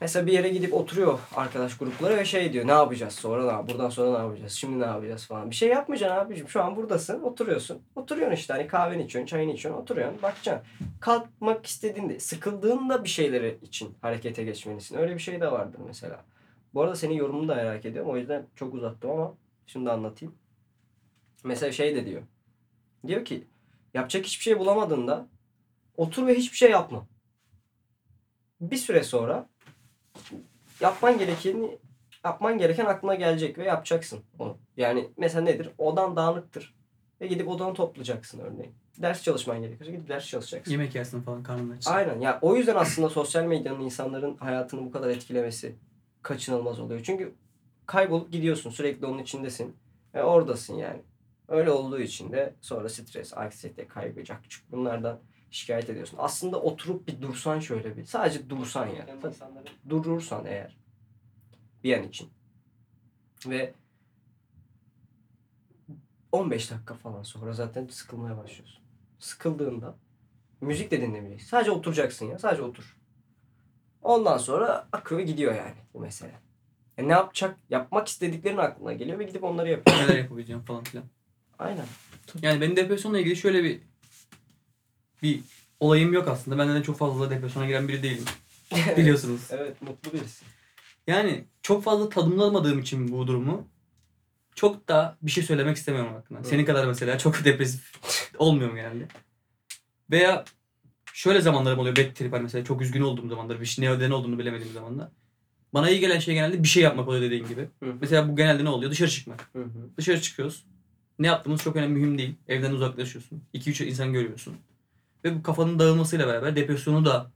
A: mesela bir yere gidip oturuyor arkadaş grupları ve şey diyor ne yapacağız sonra ne yap- buradan sonra ne yapacağız şimdi ne yapacağız falan. Bir şey yapmayacaksın abicim şu an buradasın oturuyorsun. Oturuyorsun işte hani kahveni içiyorsun çayını içiyorsun oturuyorsun bakacaksın. Kalkmak istediğinde sıkıldığında bir şeyleri için harekete geçmelisin. Öyle bir şey de vardır mesela. Bu arada senin yorumunu da merak ediyorum o yüzden çok uzattım ama Şimdi anlatayım. Mesela şey de diyor. Diyor ki yapacak hiçbir şey bulamadığında otur ve hiçbir şey yapma. Bir süre sonra yapman gerekeni yapman gereken aklına gelecek ve yapacaksın onu. Yani mesela nedir? Odan dağınıktır. Ve gidip odanı toplayacaksın örneğin. Ders çalışman gerekiyorsa gidip ders çalışacaksın.
D: Yemek yersin falan karnın açsın.
A: Aynen. Ya o yüzden aslında sosyal medyanın insanların hayatını bu kadar etkilemesi kaçınılmaz oluyor. Çünkü kaybolup gidiyorsun. Sürekli onun içindesin. Ve oradasın yani. Öyle olduğu için de sonra stres, anksiyete, kaygı, cakçuk bunlardan şikayet ediyorsun. Aslında oturup bir dursan şöyle bir. Sadece dursan yani. Durursan eğer. Bir an için. Ve 15 dakika falan sonra zaten sıkılmaya başlıyorsun. Sıkıldığında Müzik de dinlemeyeceksin. Sadece oturacaksın ya. Sadece otur. Ondan sonra akıyor gidiyor yani bu mesele. E ne yapacak? Yapmak istediklerin aklına geliyor ve gidip onları yapıyor.
D: Neler yapabileceğim falan filan.
A: Aynen.
D: Yani benim depresyonla ilgili şöyle bir bir olayım yok aslında. Benden de çok fazla depresyona giren biri değilim. Biliyorsunuz.
A: evet mutlu birisin.
D: Yani çok fazla tadımlamadığım için bu durumu çok da bir şey söylemek istemiyorum hakkında. Senin kadar mesela çok depresif olmuyorum genelde. Veya şöyle zamanlarım oluyor. Bad trip var mesela. Çok üzgün olduğum zamanlar. Bir şey, ne, ne olduğunu bilemediğim zamanlar. Bana iyi gelen şey genelde bir şey yapmak oluyor dediğin gibi.
A: Hı hı.
D: Mesela bu genelde ne oluyor? Dışarı çıkmak.
A: Hı hı.
D: Dışarı çıkıyoruz. Ne yaptığımız çok önemli, mühim değil. Evden uzaklaşıyorsun. 2-3 insan görüyorsun. Ve bu kafanın dağılmasıyla beraber depresyonu da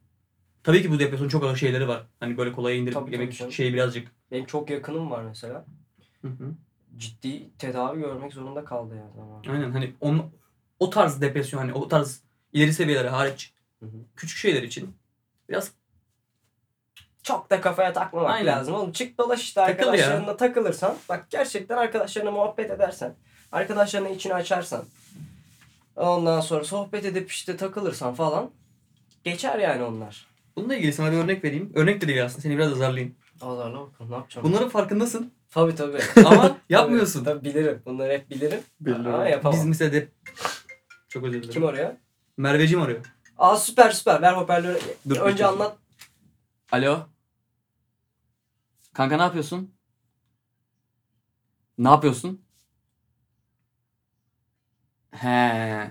D: Tabii ki bu depresyonun çok ağır şeyleri var. Hani böyle kolay indirip
A: Tabii,
D: yemek
A: tabii, tabii.
D: şeyi birazcık.
A: Benim çok yakınım var mesela.
D: Hı hı.
A: Ciddi tedavi görmek zorunda kaldı yani. Zaman.
D: Aynen hani on, o tarz depresyon hani o tarz ileri seviyelere hariç
A: Hı hı.
D: küçük şeyler için biraz
A: Çok da kafaya takmamak
D: Aynen.
A: lazım oğlum. Çık dolaş işte
D: Takıl ya.
A: arkadaşlarınla takılırsan. Bak gerçekten arkadaşlarına muhabbet edersen. Arkadaşlarına içini açarsan. Ondan sonra sohbet edip işte takılırsan falan. Geçer yani onlar.
D: bununla ilgili sana bir örnek vereyim. Örnek de değil aslında seni biraz azarlayayım.
A: Azarla bakalım ne yapacağım?
D: Bunların farkındasın
A: Tabii tabii.
D: ama yapmıyorsun.
A: Tabii, tabii bilirim. Bunları hep bilirim.
B: Bilirim.
A: Ama yapamam.
D: Biz mesela de... Çok özür dilerim.
A: Kim oraya?
D: Merveciğim arıyor.
A: Aa süper süper. Ver hoparlörü.
B: Dur,
A: Önce
B: dur.
A: anlat.
B: Alo. Kanka ne yapıyorsun? Ne yapıyorsun? He.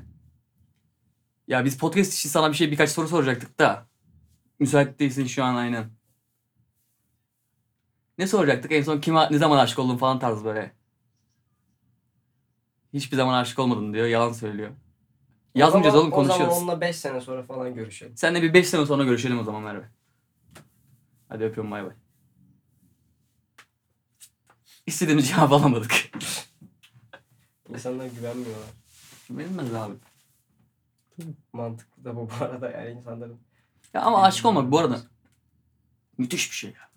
B: Ya biz podcast için sana bir şey birkaç soru soracaktık da. Müsait değilsin şu an aynen. Ne soracaktık? En son kime ne zaman aşık oldun falan tarzı böyle. Hiçbir zaman aşık olmadın diyor. Yalan söylüyor.
A: O
B: Yazmayacağız
A: zaman-
B: oğlum konuşuyoruz.
A: O zaman onunla 5 sene sonra falan görüşelim.
B: Senle bir 5 sene sonra görüşelim o zaman Merve. Hadi öpüyorum bay bay. İstediğimiz cevabı alamadık.
A: İnsanlar güvenmiyorlar.
B: Bilmez abi.
A: Mantıklı da bu bu arada yani insanların.
B: Ya ama aşık olmak bu arada müthiş bir şey ya.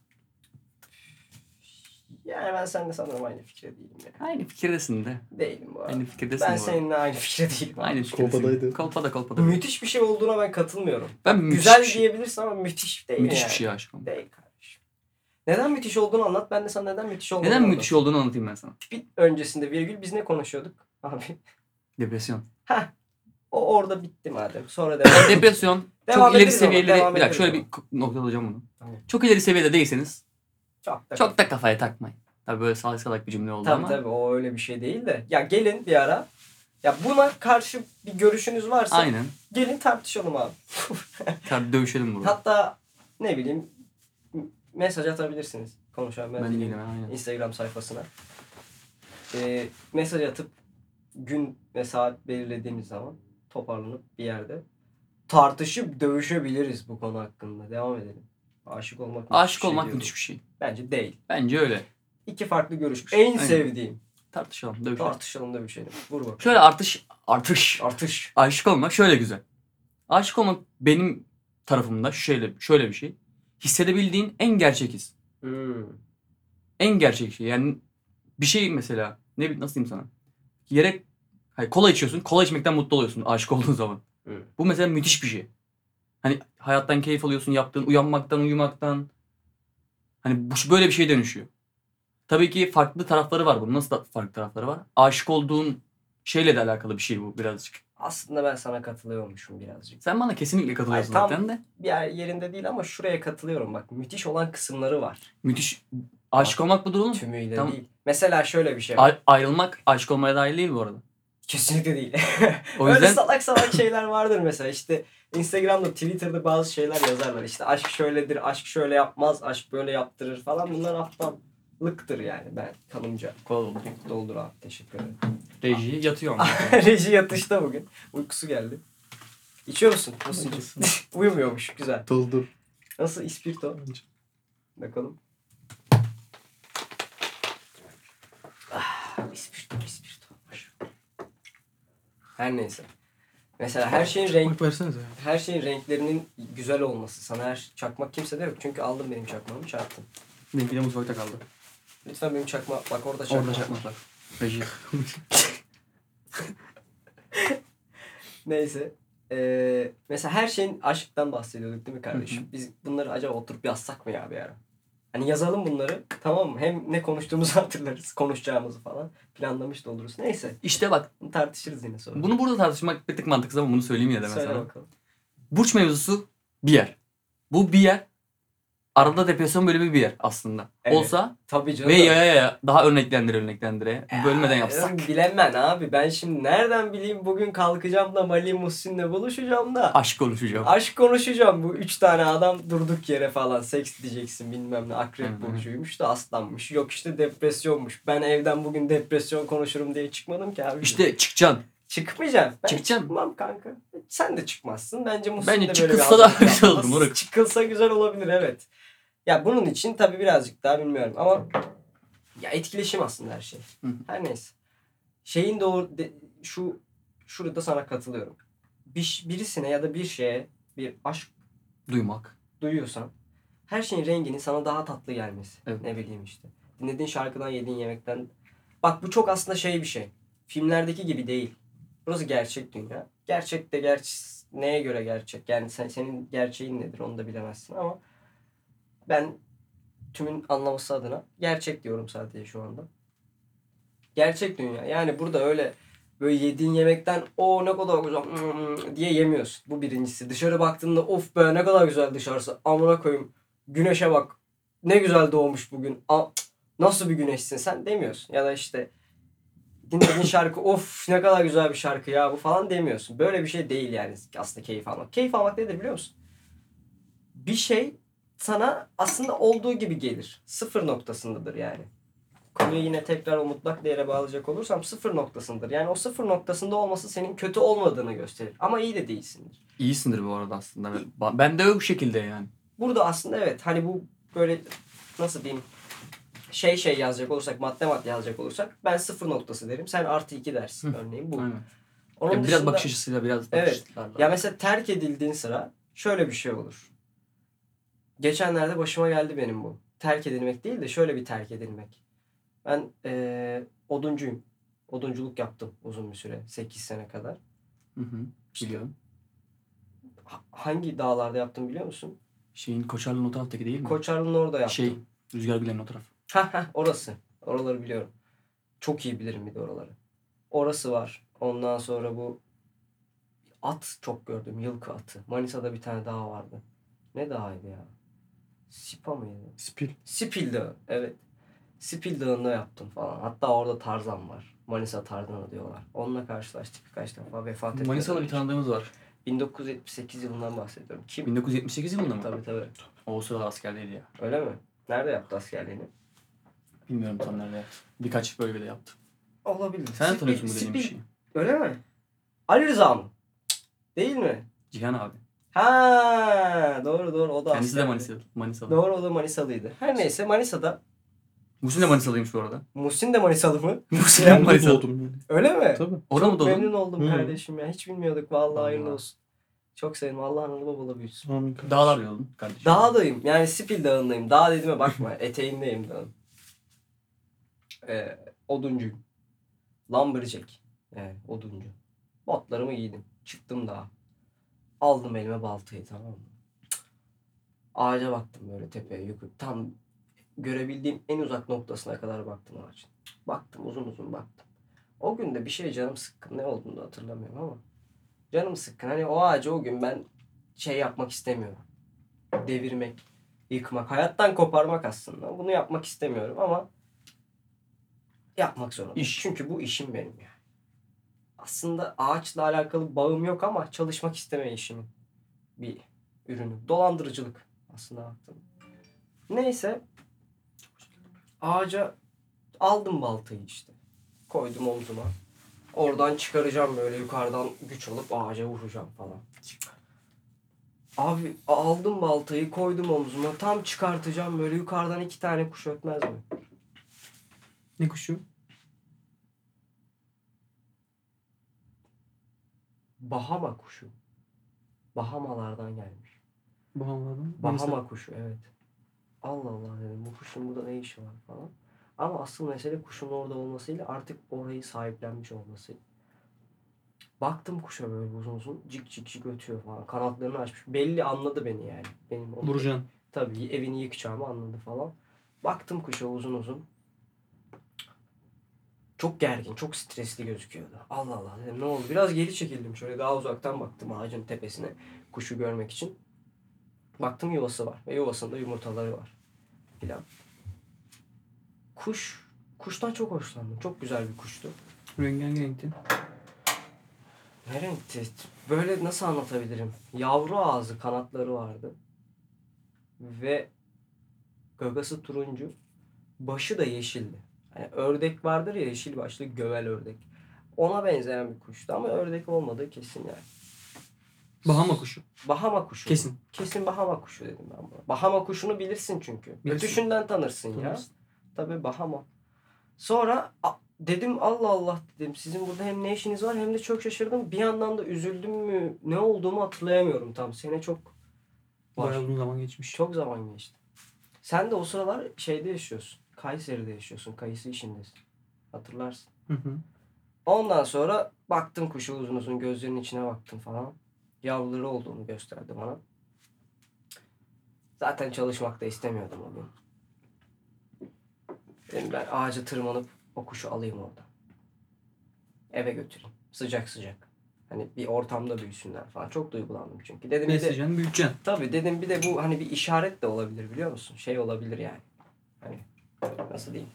A: Yani ben seninle sanırım aynı fikre değilim ya.
B: Aynı fikirdesin de.
A: Değilim bu arada.
B: Aynı fikirdesin
A: ben
B: bu arada.
A: seninle aynı fikre değilim.
B: Aynı fikirdesin.
C: Kolpadaydı.
B: Kolpada kolpada.
A: Müthiş bir şey olduğuna ben katılmıyorum.
B: Ben müthiş
A: Güzel
B: bir şey,
A: diyebilirsin ama müthiş değil
B: müthiş
A: yani.
B: bir şey. şeye aşık olmak.
A: Değil kardeşim. Neden müthiş olduğunu anlat. Ben de sana neden müthiş olduğunu
B: Neden
A: anlatayım.
B: müthiş olduğunu anlatayım ben sana.
A: bir öncesinde virgül biz ne konuşuyorduk abi?
B: Depresyon.
A: O orada bitti madem. Sonra devam.
B: Depresyon
A: Devam
B: çok ileri
A: ederiz ama,
B: seviyeli.
A: devam
B: Bir dakika
A: ederiz
B: şöyle
A: ama.
B: bir nokta alacağım bunu.
A: Tamam.
B: Çok ileri seviyede değilseniz
A: Çok da.
B: çok da kafaya takmayın. Tabii böyle salak salak bir cümle oldu
A: tabii
B: ama.
A: tabii o öyle bir şey değil de. Ya gelin bir ara. Ya buna karşı bir görüşünüz varsa
B: Aynen.
A: gelin tartışalım abi.
B: Tabii dövüşelim burada.
A: Hatta ne bileyim mesaj atabilirsiniz konuşan ben,
B: Ben
A: değilim.
B: değilim aynen.
A: Instagram sayfasına. Ee, mesaj atıp gün ve saat belirlediğimiz zaman toparlanıp bir yerde tartışıp dövüşebiliriz bu konu hakkında. Devam edelim. Aşık olmak müthiş
B: Aşık
A: bir şey
B: olmak
A: diyorum.
B: müthiş bir şey.
A: Bence değil.
B: Bence öyle.
A: İki farklı görüş. En
B: Aynen.
A: sevdiğim.
B: Tartışalım, dövüşelim.
A: Tartışalım da bir şey. Vur bak.
B: Şöyle artış, artış.
A: Artış.
B: Aşık olmak şöyle güzel. Aşık olmak benim tarafımda şöyle şöyle bir şey. Hissedebildiğin en gerçek his.
A: Hmm.
B: En gerçek şey. Yani bir şey mesela ne bi- nasıl diyeyim sana? Yere hayır, kola içiyorsun. Kola içmekten mutlu oluyorsun aşık olduğun zaman.
A: Evet.
B: Bu mesela müthiş bir şey. Hani hayattan keyif alıyorsun, yaptığın uyanmaktan, uyumaktan. Hani bu, böyle bir şey dönüşüyor. Tabii ki farklı tarafları var bunun. Nasıl da farklı tarafları var? Aşık olduğun şeyle de alakalı bir şey bu birazcık.
A: Aslında ben sana katılıyormuşum birazcık.
B: Sen bana kesinlikle katılıyorsun
A: Hayır, tam-
B: zaten de.
A: Bir yer- yerinde değil ama şuraya katılıyorum bak. Müthiş olan kısımları var.
B: Müthiş Aşık olmak budur oğlum.
A: Tümüyle
B: Tamam.
A: değil. Mesela şöyle bir şey var.
B: A- ayrılmak aşık olmaya dahil değil bu arada.
A: Kesinlikle değil.
B: O
A: Öyle
B: yüzden
A: salak salak şeyler vardır mesela işte Instagram'da Twitter'da bazı şeyler yazarlar işte aşk şöyledir, aşk şöyle yapmaz, aşk böyle yaptırır falan bunlar aptallıktır yani ben kanımca.
B: kolay oldu.
A: Doldur abi teşekkür ederim.
B: Reji yatıyor ama.
A: Reji yatışta bugün. Uykusu geldi. İçiyor musun? Nasıl Uyumuyormuş güzel.
D: Doldur.
A: Nasıl ispirto? Bakalım. Ah, ispirto, ispirto. Her neyse. Mesela her şeyin renk
D: Bak versenize ya.
A: her şeyin renklerinin güzel olması. Sana her çakmak kimse de yok. Çünkü aldım benim çakmağımı çarptım.
B: Benimki de mutfakta kaldı.
A: Lütfen benim çakma bak orada çakma.
B: Orada çakmak var. Reji.
A: Neyse. Ee, mesela her şeyin aşktan bahsediyorduk değil mi kardeşim? Biz bunları acaba oturup yazsak mı ya bir ara? Hani yazalım bunları tamam mı? Hem ne konuştuğumuzu hatırlarız. Konuşacağımızı falan planlamış da oluruz. Neyse
B: İşte bak
A: bunu tartışırız yine sonra.
B: bunu burada tartışmak bir tık mantıksız ama bunu söyleyeyim ya da ben
A: Söyle
B: sana.
A: bakalım.
B: Burç mevzusu bir yer. Bu bir yer. Arada depresyon bölümü bir yer aslında.
A: Evet.
B: Olsa
A: Tabii canım.
B: ve yaya yaya daha örneklendire örneklendire bölmeden yapsak.
A: Bilemem abi. Ben şimdi nereden bileyim bugün kalkacağım da Mali Muhsin'le buluşacağım da.
B: Aşk konuşacağım.
A: Aşk konuşacağım bu üç tane adam durduk yere falan seks diyeceksin bilmem ne
B: Hı
A: akrep
B: hı.
A: burcuymuş da aslanmış yok işte depresyonmuş ben evden bugün depresyon konuşurum diye çıkmadım ki abi.
B: İşte çıkacaksın.
A: çıkmayacağım. Ben
B: Çıkacaksın.
A: Çıkmam kanka. Sen de çıkmazsın. Bence Muhsin
B: Bence
A: de böyle
B: çıkılsa
A: bir hazırlık
B: daha güzel olur
A: yapmaz.
B: moruk.
A: Çıkılsa güzel olabilir evet. Ya bunun için tabii birazcık daha bilmiyorum ama ya etkileşim aslında her şey.
B: Hı hı.
A: Her neyse. Şeyin doğru de- şu şurada sana katılıyorum. Bir, birisine ya da bir şeye bir aşk
B: Duymak.
A: duyuyorsan her şeyin renginin sana daha tatlı gelmesi.
B: Evet.
A: Ne bileyim işte. Dinlediğin şarkıdan, yediğin yemekten. Bak bu çok aslında şey bir şey. Filmlerdeki gibi değil. Burası gerçek dünya. Gerçek de gerçi neye göre gerçek? Yani sen, senin gerçeğin nedir onu da bilemezsin ama ben tümün anlaması adına gerçek diyorum sadece şu anda. Gerçek dünya. Yani burada öyle böyle yediğin yemekten o ne kadar güzel mm, diye yemiyorsun. Bu birincisi. Dışarı baktığında of be ne kadar güzel dışarısı. Amına koyayım. Güneşe bak. Ne güzel doğmuş bugün. A- nasıl bir güneşsin sen demiyorsun. Ya da işte dinlediğin şarkı of ne kadar güzel bir şarkı ya bu falan demiyorsun. Böyle bir şey değil yani aslında keyif almak. Keyif almak nedir biliyor musun? Bir şey sana aslında olduğu gibi gelir. Sıfır noktasındadır yani. Konuyu yine tekrar o mutlak değere bağlayacak olursam sıfır noktasındadır. Yani o sıfır noktasında olması senin kötü olmadığını gösterir. Ama iyi de değilsindir.
B: İyisindir bu arada aslında. Ben- Ben de öyle bu şekilde yani.
A: burada aslında evet hani bu böyle nasıl diyeyim şey şey yazacak olursak madde madde yazacak olursak ben sıfır noktası derim sen artı iki dersin örneğin bu.
B: Aynen.
A: Onun
B: Ya biraz
A: dışında-
B: bakış açısıyla biraz bakış
A: Evet.
B: açılarla.
A: ya mesela terk edildiğin sıra şöyle bir şey olur. Geçenlerde başıma geldi benim bu. Terk edilmek değil de şöyle bir terk edilmek. Ben eee, oduncuyum. Odunculuk yaptım uzun bir süre. 8 sene kadar.
B: Hı hı. Biliyorum.
A: Ha- hangi dağlarda yaptım biliyor musun?
B: Şeyin Koçarlı'nın o taraftaki değil mi?
A: Koçarlı'nın orada yaptım.
B: Şey Rüzgar Gülen'in o tarafı.
A: Ha ha orası. Oraları biliyorum. Çok iyi bilirim bir de oraları. Orası var. Ondan sonra bu at çok gördüm. Yılkı atı. Manisa'da bir tane daha vardı. Ne dağıydı ya? Sipa mıydı?
D: Spil.
A: Spil Dağı. Evet. Spil Dağı'nda yaptım falan. Hatta orada Tarzan var. Manisa Tarzan'ı diyorlar. Onunla karşılaştık birkaç defa. Vefat etmeden
B: Manisa'da bir
A: önce.
B: tanıdığımız var.
A: 1978 yılından bahsediyorum. Kim?
B: 1978 yılında mı?
A: Tabii tabii.
B: O, o sırada askerdeydi ya.
A: Öyle mi? Nerede yaptı askerliğini?
B: Bilmiyorum tam nerede yaptı. Birkaç bölgede yaptı.
A: Olabilir.
B: Sen de
A: Sipil-
B: tanıyorsun bu dediğim şey.
A: Sipil-
B: şeyi.
A: Öyle mi? Ali Rıza mı? Değil mi?
B: Cihan abi.
A: Ha doğru doğru o da
B: Kendisi de
A: askerdi.
B: Manisalı. Manisalı.
A: Doğru o da Manisalıydı. Her neyse Manisa'da.
B: Muhsin de Manisalıymış bu arada.
A: Muhsin de Manisalı mı?
B: Muhsin de
D: Ben de
B: Manisalı.
D: doğdum yani.
A: Öyle mi?
D: Tabii.
B: Orada mı
A: Çok
B: doğdun?
A: memnun oldum
D: Hı.
A: kardeşim ya. Hiç bilmiyorduk. Vallahi,
B: Vallahi.
A: hayırlı olsun. Çok sevdim. Allah analı babalı büyüsün.
D: Amin kardeşim.
B: Dağlar yolun kardeşim.
A: Dağdayım. Yani Spil Dağı'ndayım. Dağ dediğime bakma. Eteğindeyim dağın. Ee, oduncuyum. Lumberjack. Yani oduncu. Botlarımı giydim. Çıktım dağa. Aldım elime baltayı tamam mı? Cık. Ağaca baktım böyle tepeye yukarı. Tam görebildiğim en uzak noktasına kadar baktım ağacın. Baktım uzun uzun baktım. O gün de bir şey canım sıkkın. Ne olduğunu da hatırlamıyorum ama. Canım sıkkın. Hani o ağacı o gün ben şey yapmak istemiyorum devirmek, yıkmak, hayattan koparmak aslında. Bunu yapmak istemiyorum ama yapmak zorundayım.
B: İş.
A: Çünkü bu işim benim yani. Aslında ağaçla alakalı bağım yok ama çalışmak istemeyen işimin bir ürünü. Dolandırıcılık aslında baktım. Neyse ağaca aldım baltayı işte. Koydum omzuma. Oradan çıkaracağım böyle yukarıdan güç alıp ağaca vuracağım falan. Abi aldım baltayı koydum omzuma tam çıkartacağım böyle yukarıdan iki tane kuş ötmez mi?
D: Ne kuşu?
A: Bahama kuşu. Bahamalardan gelmiş.
D: Bahamalardan.
A: Bahama kuşu evet. Allah Allah dedim bu kuşun burada ne işi var falan. Ama asıl mesele kuşun orada olmasıyla artık orayı sahiplenmiş olması. Baktım kuşa böyle uzun uzun cik cik cik ötüyor falan. Kanatlarını açmış. Belli anladı beni yani. Benim onu-
D: Burcan.
A: Tabii evini yıkacağımı anladı falan. Baktım kuşa uzun uzun. Çok gergin, çok stresli gözüküyordu. Allah Allah dedim ne oldu? Biraz geri çekildim şöyle daha uzaktan baktım ağacın tepesine kuşu görmek için. Baktım yuvası var ve yuvasında yumurtaları var filan. Kuş, kuştan çok hoşlandım. Çok güzel bir kuştu.
D: Rengen renkti.
A: Ne renkti? Böyle nasıl anlatabilirim? Yavru ağzı kanatları vardı. Ve gagası turuncu. Başı da yeşildi. Hani ördek vardır ya yeşil başlı gövel ördek. Ona benzeyen bir kuştu ama ördek olmadığı kesin yani.
D: Bahama kuşu.
A: Bahama kuşu.
D: Kesin.
A: Kesin Bahama kuşu dedim ben buna. Bahama kuşunu bilirsin çünkü.
D: Bilirsin.
A: Ötüşünden tanırsın, ya.
D: Tanırsın.
A: Tabii Bahama. Sonra a- dedim Allah Allah dedim sizin burada hem ne işiniz var hem de çok şaşırdım. Bir yandan da üzüldüm mü ne olduğumu hatırlayamıyorum tam. Sene çok var.
D: Bayağı uzun zaman geçmiş.
A: Çok zaman geçti. Sen de o sıralar şeyde yaşıyorsun. Kayseri'de yaşıyorsun. Kayısı işindesin. Hatırlarsın.
D: Hı hı.
A: Ondan sonra baktım kuşa uzun uzun gözlerinin içine baktım falan. Yavruları olduğunu gösterdi bana. Zaten çalışmak da istemiyordum o gün. Dedim ben ağaca tırmanıp o kuşu alayım oradan. Eve götüreyim. Sıcak sıcak. Hani bir ortamda büyüsünler falan. Çok duygulandım çünkü. Dedim bir de,
D: Besleyeceksin, büyüteceksin.
A: Tabii dedim bir de bu hani bir işaret de olabilir biliyor musun? Şey olabilir yani. Hani nasıl diyeyim?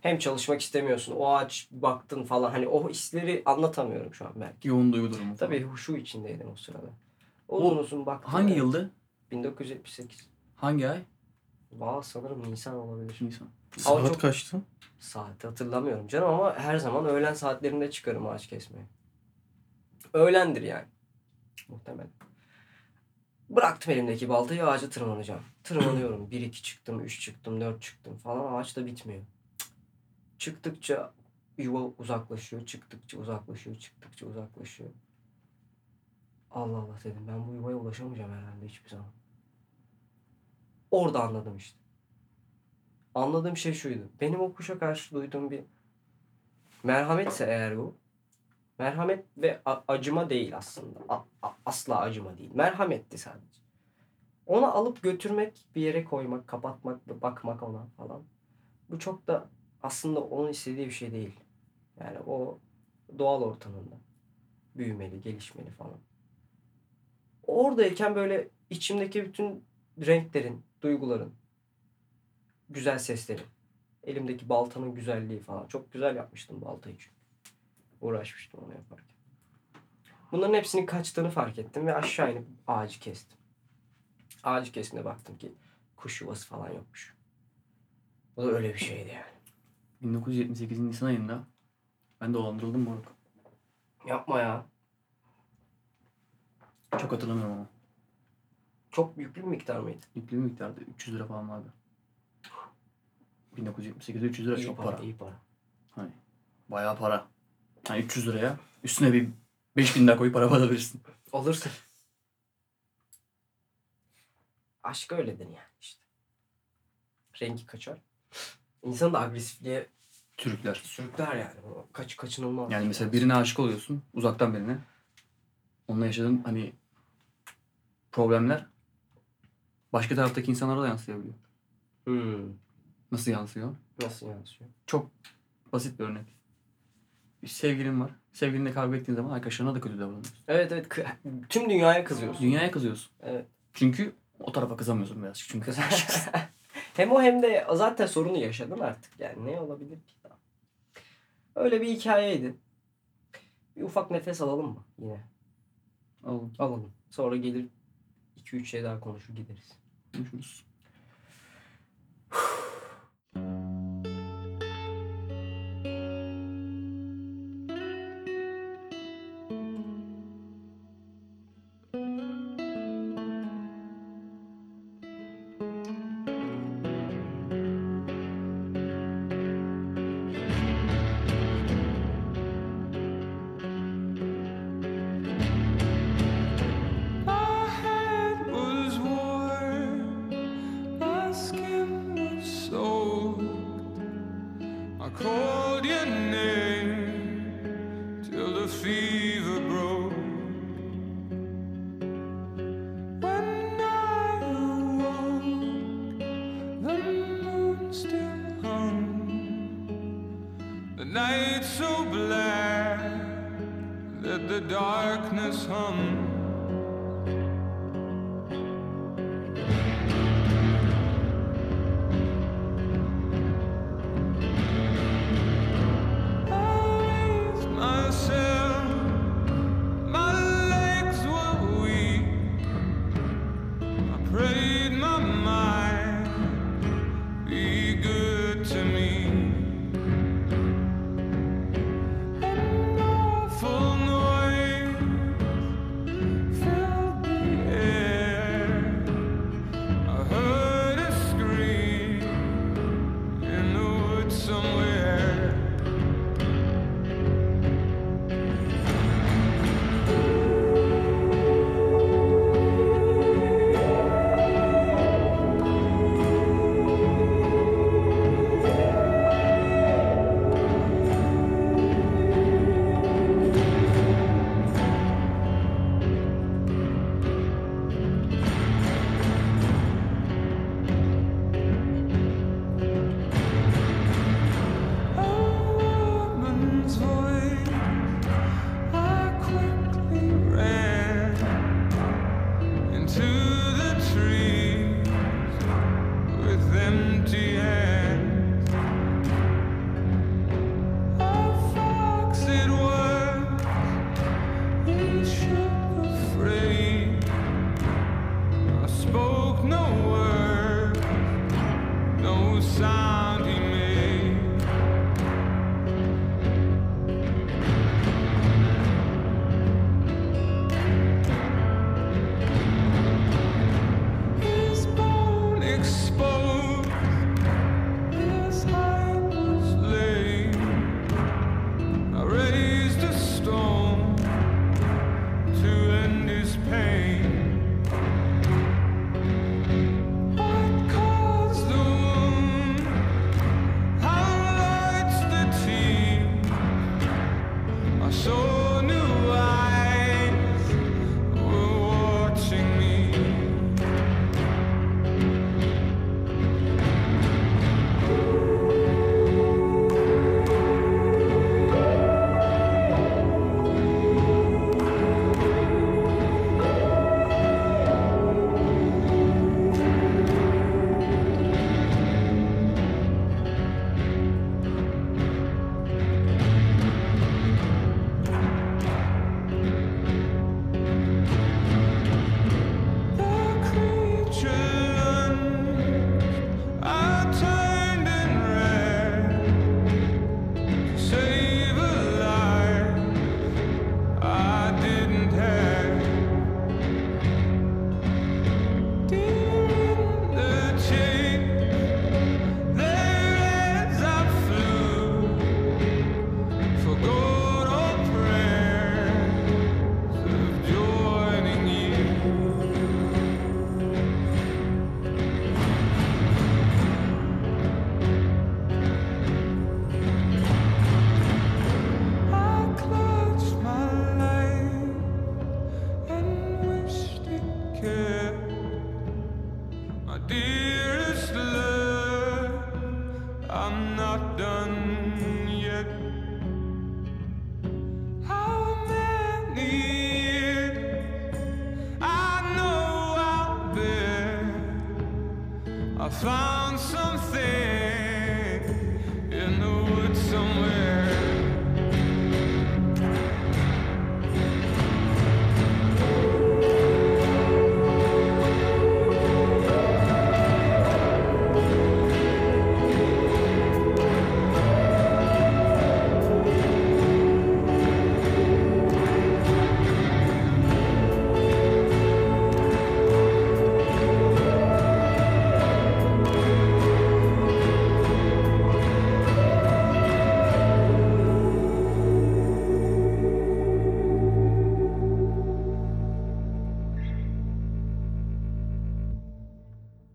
A: Hem çalışmak istemiyorsun. O ağaç baktın falan. Hani o hisleri anlatamıyorum şu an ben.
B: Yoğun duygu durumu. falan.
A: Tabii huşu içindeydim o sırada. Uzun
B: O
A: uzun baktım.
B: Hangi
A: yani.
B: yıldı?
A: 1978.
B: Hangi ay?
A: Valla sanırım Nisan olabilir.
B: Nisan.
A: Ama
C: Saat
A: çok-
C: kaçtı?
A: Saati hatırlamıyorum canım ama her zaman öğlen saatlerinde çıkarım ağaç kesmeye. Öğlendir yani. Muhtemelen. Bıraktım elimdeki baltayı ağaca tırmanacağım. Tırmanıyorum. 1 2 çıktım, 3 çıktım, 4 çıktım falan ağaç da bitmiyor. Çıktıkça yuva uzaklaşıyor, çıktıkça uzaklaşıyor, çıktıkça uzaklaşıyor. Allah Allah dedim ben bu yuvaya ulaşamayacağım herhalde hiçbir zaman. Orada anladım işte anladığım şey şuydu. Benim o kuşa karşı duyduğum bir merhametse eğer bu. Merhamet ve a- acıma değil aslında. A- a- asla acıma değil. Merhametti sadece. Onu alıp götürmek, bir yere koymak, kapatmak, bakmak ona falan. Bu çok da aslında onun istediği bir şey değil. Yani o doğal ortamında büyümeli, gelişmeli falan. Oradayken böyle içimdeki bütün renklerin, duyguların, güzel sesleri. Elimdeki baltanın güzelliği falan. Çok güzel yapmıştım baltayı çünkü. Uğraşmıştım onu yaparken. Bunların hepsinin kaçtığını fark ettim ve aşağı inip ağacı kestim. Ağacı kesimde baktım ki kuş yuvası falan yokmuş. Bu da öyle bir şeydi yani.
B: 1978 Nisan ayında ben dolandırıldım moruk.
A: Yapma ya.
B: Çok hatırlamıyorum ama.
A: Çok büyük bir miktar mıydı?
B: Yüklü bir miktarda 300 lira falan vardı. 1978'de 300 lira çok para.
A: iyi para.
B: Hani bayağı para. Hani 300 liraya üstüne bir 5000 lira koyup araba alabilirsin.
A: Alırsın. Aşk öyledir yani işte. Rengi kaçar. İnsanı da agresifliğe
B: Türkler.
A: sürükler yani. O Kaç, kaçınılmaz.
B: Yani mesela birine aşık oluyorsun. Uzaktan birine. Onunla yaşadığın hani problemler başka taraftaki insanlara da yansıyabiliyor.
A: Hmm.
B: Nasıl yansıyor?
A: Nasıl yansıyor?
B: Çok basit bir örnek. Bir sevgilin var. Sevgilinle kavga ettiğin zaman arkadaşlarına da kötü davranıyorsun.
A: Evet evet. kı- Tüm dünyaya kızıyorsun.
B: Dünyaya kızıyorsun.
A: Evet.
B: Çünkü O tarafa kızamıyorsun birazcık çünkü.
A: Kız- hem o hem de zaten sorunu yaşadın artık yani ne olabilir ki daha? Öyle bir hikayeydi. Bir ufak nefes alalım mı yine?
B: Oğlum
A: Alalım. Sonra gelir 2-3 şey daha konuşur gideriz.
B: konuşuruz.
F: My head was warm, my skin was soaked. I called your name till the fever broke. When I awoke, the moon still hung. The night so black that the darkness hummed. myself. My legs were weak. I prayed my mind be good to me. An awful noise
C: found something in the woods somewhere.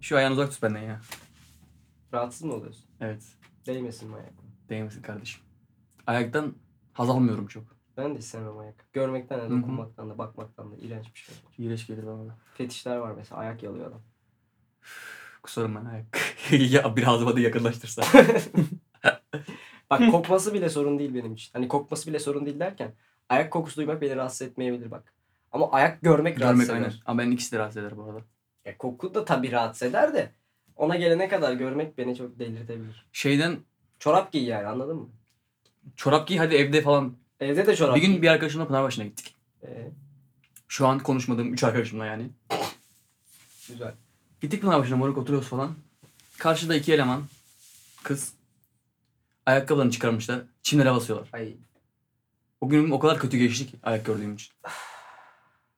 B: Şu ayağını uzak tut benden ya.
A: Rahatsız mı oluyorsun?
B: Evet.
A: Değmesin manyak.
B: Değmesin kardeşim. Ayaktan haz almıyorum çok.
A: Ben de istemem manyak. Görmekten de
B: hı.
A: dokunmaktan da bakmaktan da iğrenç bir şey.
B: İğrenç gelir bana da.
A: Fetişler var mesela ayak yalıyor adam.
B: Kusarım ben ayak. ya biraz bana yakınlaştırsa.
A: Bak kokması bile sorun değil benim için. Hani kokması bile sorun değil derken ayak kokusu duymak beni rahatsız etmeyebilir bak. Ama ayak görmek,
B: Görmek
A: rahatsız
B: aynen.
A: eder.
B: Ama ben ikisi de rahatsız eder bu arada.
A: Ya koku da tabii rahatsız eder de ona gelene kadar görmek beni çok delirtebilir.
B: Şeyden
A: Çorap giy yani anladın mı?
B: çorap giy hadi evde falan.
A: Evde de çorap
B: Bir gün
A: giy.
B: bir arkadaşımla Pınarbaşı'na gittik.
A: Ee,
B: Şu an konuşmadığım üç arkadaşımla yani.
A: güzel.
B: Gittik Pınarbaşı'na moruk oturuyoruz falan. Karşıda iki eleman. Kız. Ayakkabılarını çıkarmışlar. Çimlere basıyorlar.
A: Ay
B: O günüm o kadar kötü geçti ki ayak gördüğüm için.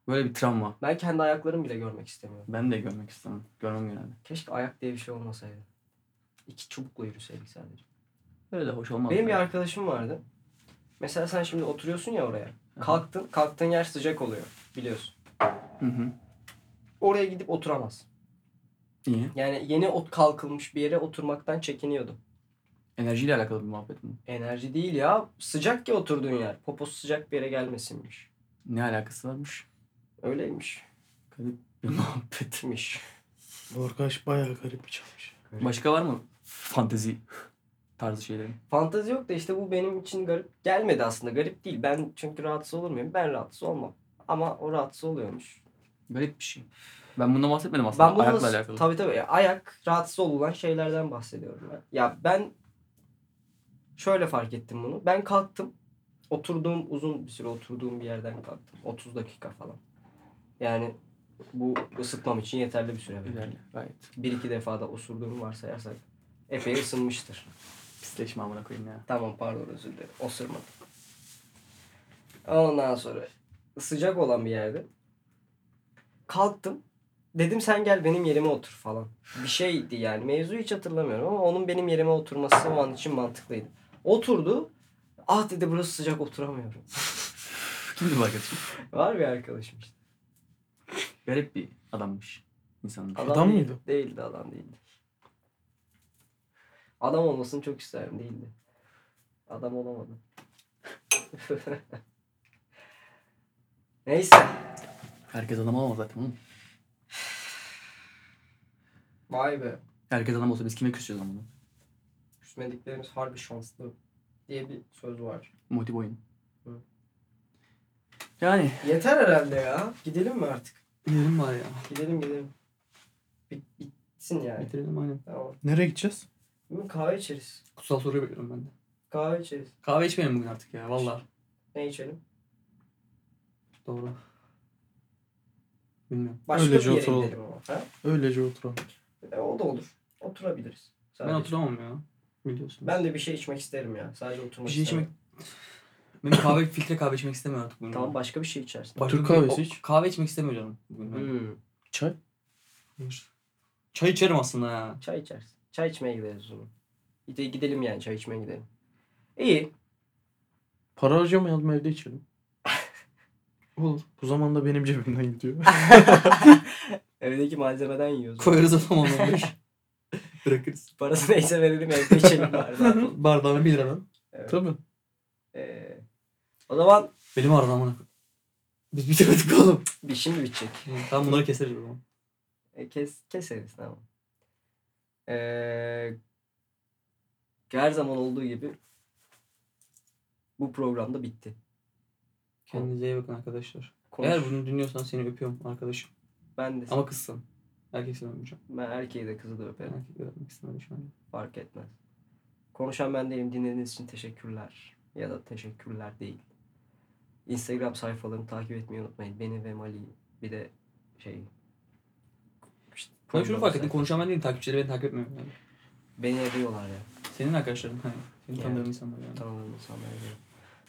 B: Böyle bir travma.
A: ben kendi ayaklarımı bile görmek istemiyorum.
B: Ben de görmek istemem. Görmem genelde.
A: Keşke ayak diye bir şey olmasaydı. İki çubukla yürüseydik sadece.
B: Öyle de hoş olmaz.
A: Benim bir arkadaşım vardı. Mesela sen şimdi oturuyorsun ya oraya. Kalktın, kalktığın yer sıcak oluyor biliyorsun.
B: Hı hı.
A: Oraya gidip oturamaz.
B: Niye?
A: Yani yeni ot kalkılmış bir yere oturmaktan çekiniyordu.
B: Enerjiyle alakalı bir muhabbet mi?
A: Enerji değil ya. Sıcak ki oturduğun yer. Poposu sıcak bir yere gelmesinmiş.
B: Ne alakası varmış?
A: Öyleymiş.
B: Garip bir muhabbet.
A: Miş.
G: Borkaş bayağı garip bir çalmış.
B: Başka var mı? Fantezi tarzı şeylerin.
A: Fantezi yok da işte bu benim için garip gelmedi aslında. Garip değil. Ben çünkü rahatsız olur muyum? Ben rahatsız olmam. Ama o rahatsız oluyormuş.
B: Garip bir şey. Ben bundan bahsetmedim aslında.
A: Ben bunu
B: Ayakla
A: nasıl-
B: alakalı.
A: Tabii tabii. Ya Ayak rahatsız olunan şeylerden bahsediyorum ben. Ya ben şöyle fark ettim bunu. Ben kalktım. Oturduğum uzun bir süre oturduğum bir yerden kalktım. 30 dakika falan. Yani bu ısıtmam için yeterli bir süre. belki.
B: Güzel. Gayet.
A: Bir iki defa da osurduğumu varsayarsak epey ısınmıştır.
B: Pisleşme amına koyayım ya.
A: Tamam pardon özür dilerim. Osurmadım. Ondan sonra sıcak olan bir yerde kalktım. Dedim sen gel benim yerime otur falan. Bir şeydi yani mevzuyu hiç hatırlamıyorum ama onun benim yerime oturması o an için mantıklıydı. Oturdu. Ah dedi burası sıcak oturamıyorum.
B: Kimdi bu arkadaşım?
A: Var bir arkadaşım işte.
B: Garip bir adammış. İnsanın.
G: Adam
A: değil-
G: mıydı?
A: Değildi adam değildi. Adam olmasını çok isterim değildi. Adam olamadı. Neyse.
B: Herkes adam olamaz zaten oğlum.
A: Vay be.
B: Herkes adam olsa biz kime küseceğiz ama?
A: Küsmediklerimiz harbi şanslı diye bir söz var.
B: Motiv oyun.
A: Hı.
B: Yani
A: Yeter herhalde ya. Gidelim mi artık?
D: Yerim var ya.
A: Gidelim gidelim. Bit- bitsin yani.
D: Bitirelim aynen.
A: Tamam.
G: Nereye gideceğiz?
A: Bugün kahve içeriz.
D: Kutsal soruyu bekliyorum ben de.
A: Kahve içeriz.
D: Kahve içmeyelim bugün artık ya valla.
A: Ne içelim?
D: Doğru. Bilmiyorum.
A: Başka
G: Öylece
A: bir yere
G: oturalım.
A: gidelim ama. Ha?
G: Öylece oturalım.
A: E, o da olur. Oturabiliriz.
D: Ben oturamam ya. Biliyorsun.
A: Ben de bir şey içmek isterim ya. Sadece oturmak
D: Bir şey
A: istemem.
D: içmek... Benim kahve filtre kahve içmek istemiyorum artık bugün.
A: Tamam başka bir şey içersin.
D: Başka
G: Türk
D: bir-
G: kahvesi
D: o-
G: iç.
D: Kahve içmek istemiyorum canım bugün. ben.
A: Hmm.
G: Çay.
D: Çay içerim aslında ya.
A: Çay içersin. Çay içmeye gideriz o zaman. Gide- Gidelim yani çay içmeye gidelim. İyi.
G: Para harcamayalım evde içelim. Olur. Bu zamanda benim cebimden gidiyor.
A: Evdeki malzemeden yiyoruz.
D: Koyarız o zaman onu. Bırakırız.
A: Parası neyse verelim evde içelim bari. zaten.
D: Bardağını 1 liradan.
G: Tabii.
A: Ee, o zaman
D: Benim aradan amına. koy- Biz bitirmedik oğlum.
A: bir şimdi bitecek.
D: tamam bunları keseriz o zaman.
A: E, kes, keseriz tamam. Ee, her zaman olduğu gibi bu programda bitti.
D: Kendinize iyi bakın arkadaşlar.
A: Konuş.
D: Eğer bunu dinliyorsan seni öpüyorum arkadaşım.
A: ben de
D: Ama kızsın.
B: Erkek sevmeyeceğim.
A: Ben erkeği de kızı da öperim.
B: Erkekleri öpmek istemedim şu an.
A: Fark etmez. Konuşan ben değilim. Dinlediğiniz için teşekkürler. Ya da teşekkürler değil. Instagram sayfalarını takip etmeyi unutmayın. Beni ve Mali'yi. Bir de şey... işte-
B: Ben şunu fark ettim. Konuşan ben değilim. Takipçileri beni takip etmiyor. Yani.
A: Beni arıyorlar ya.
B: Senin arkadaşların. Hani. Senin
A: Yani.
B: tanıdığın insanlar yani.
A: Tanıdığım insanlar arıyor.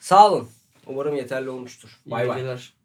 A: Sağ olun. Umarım yeterli olmuştur.
B: İyi
A: Bay bay.
B: geceler.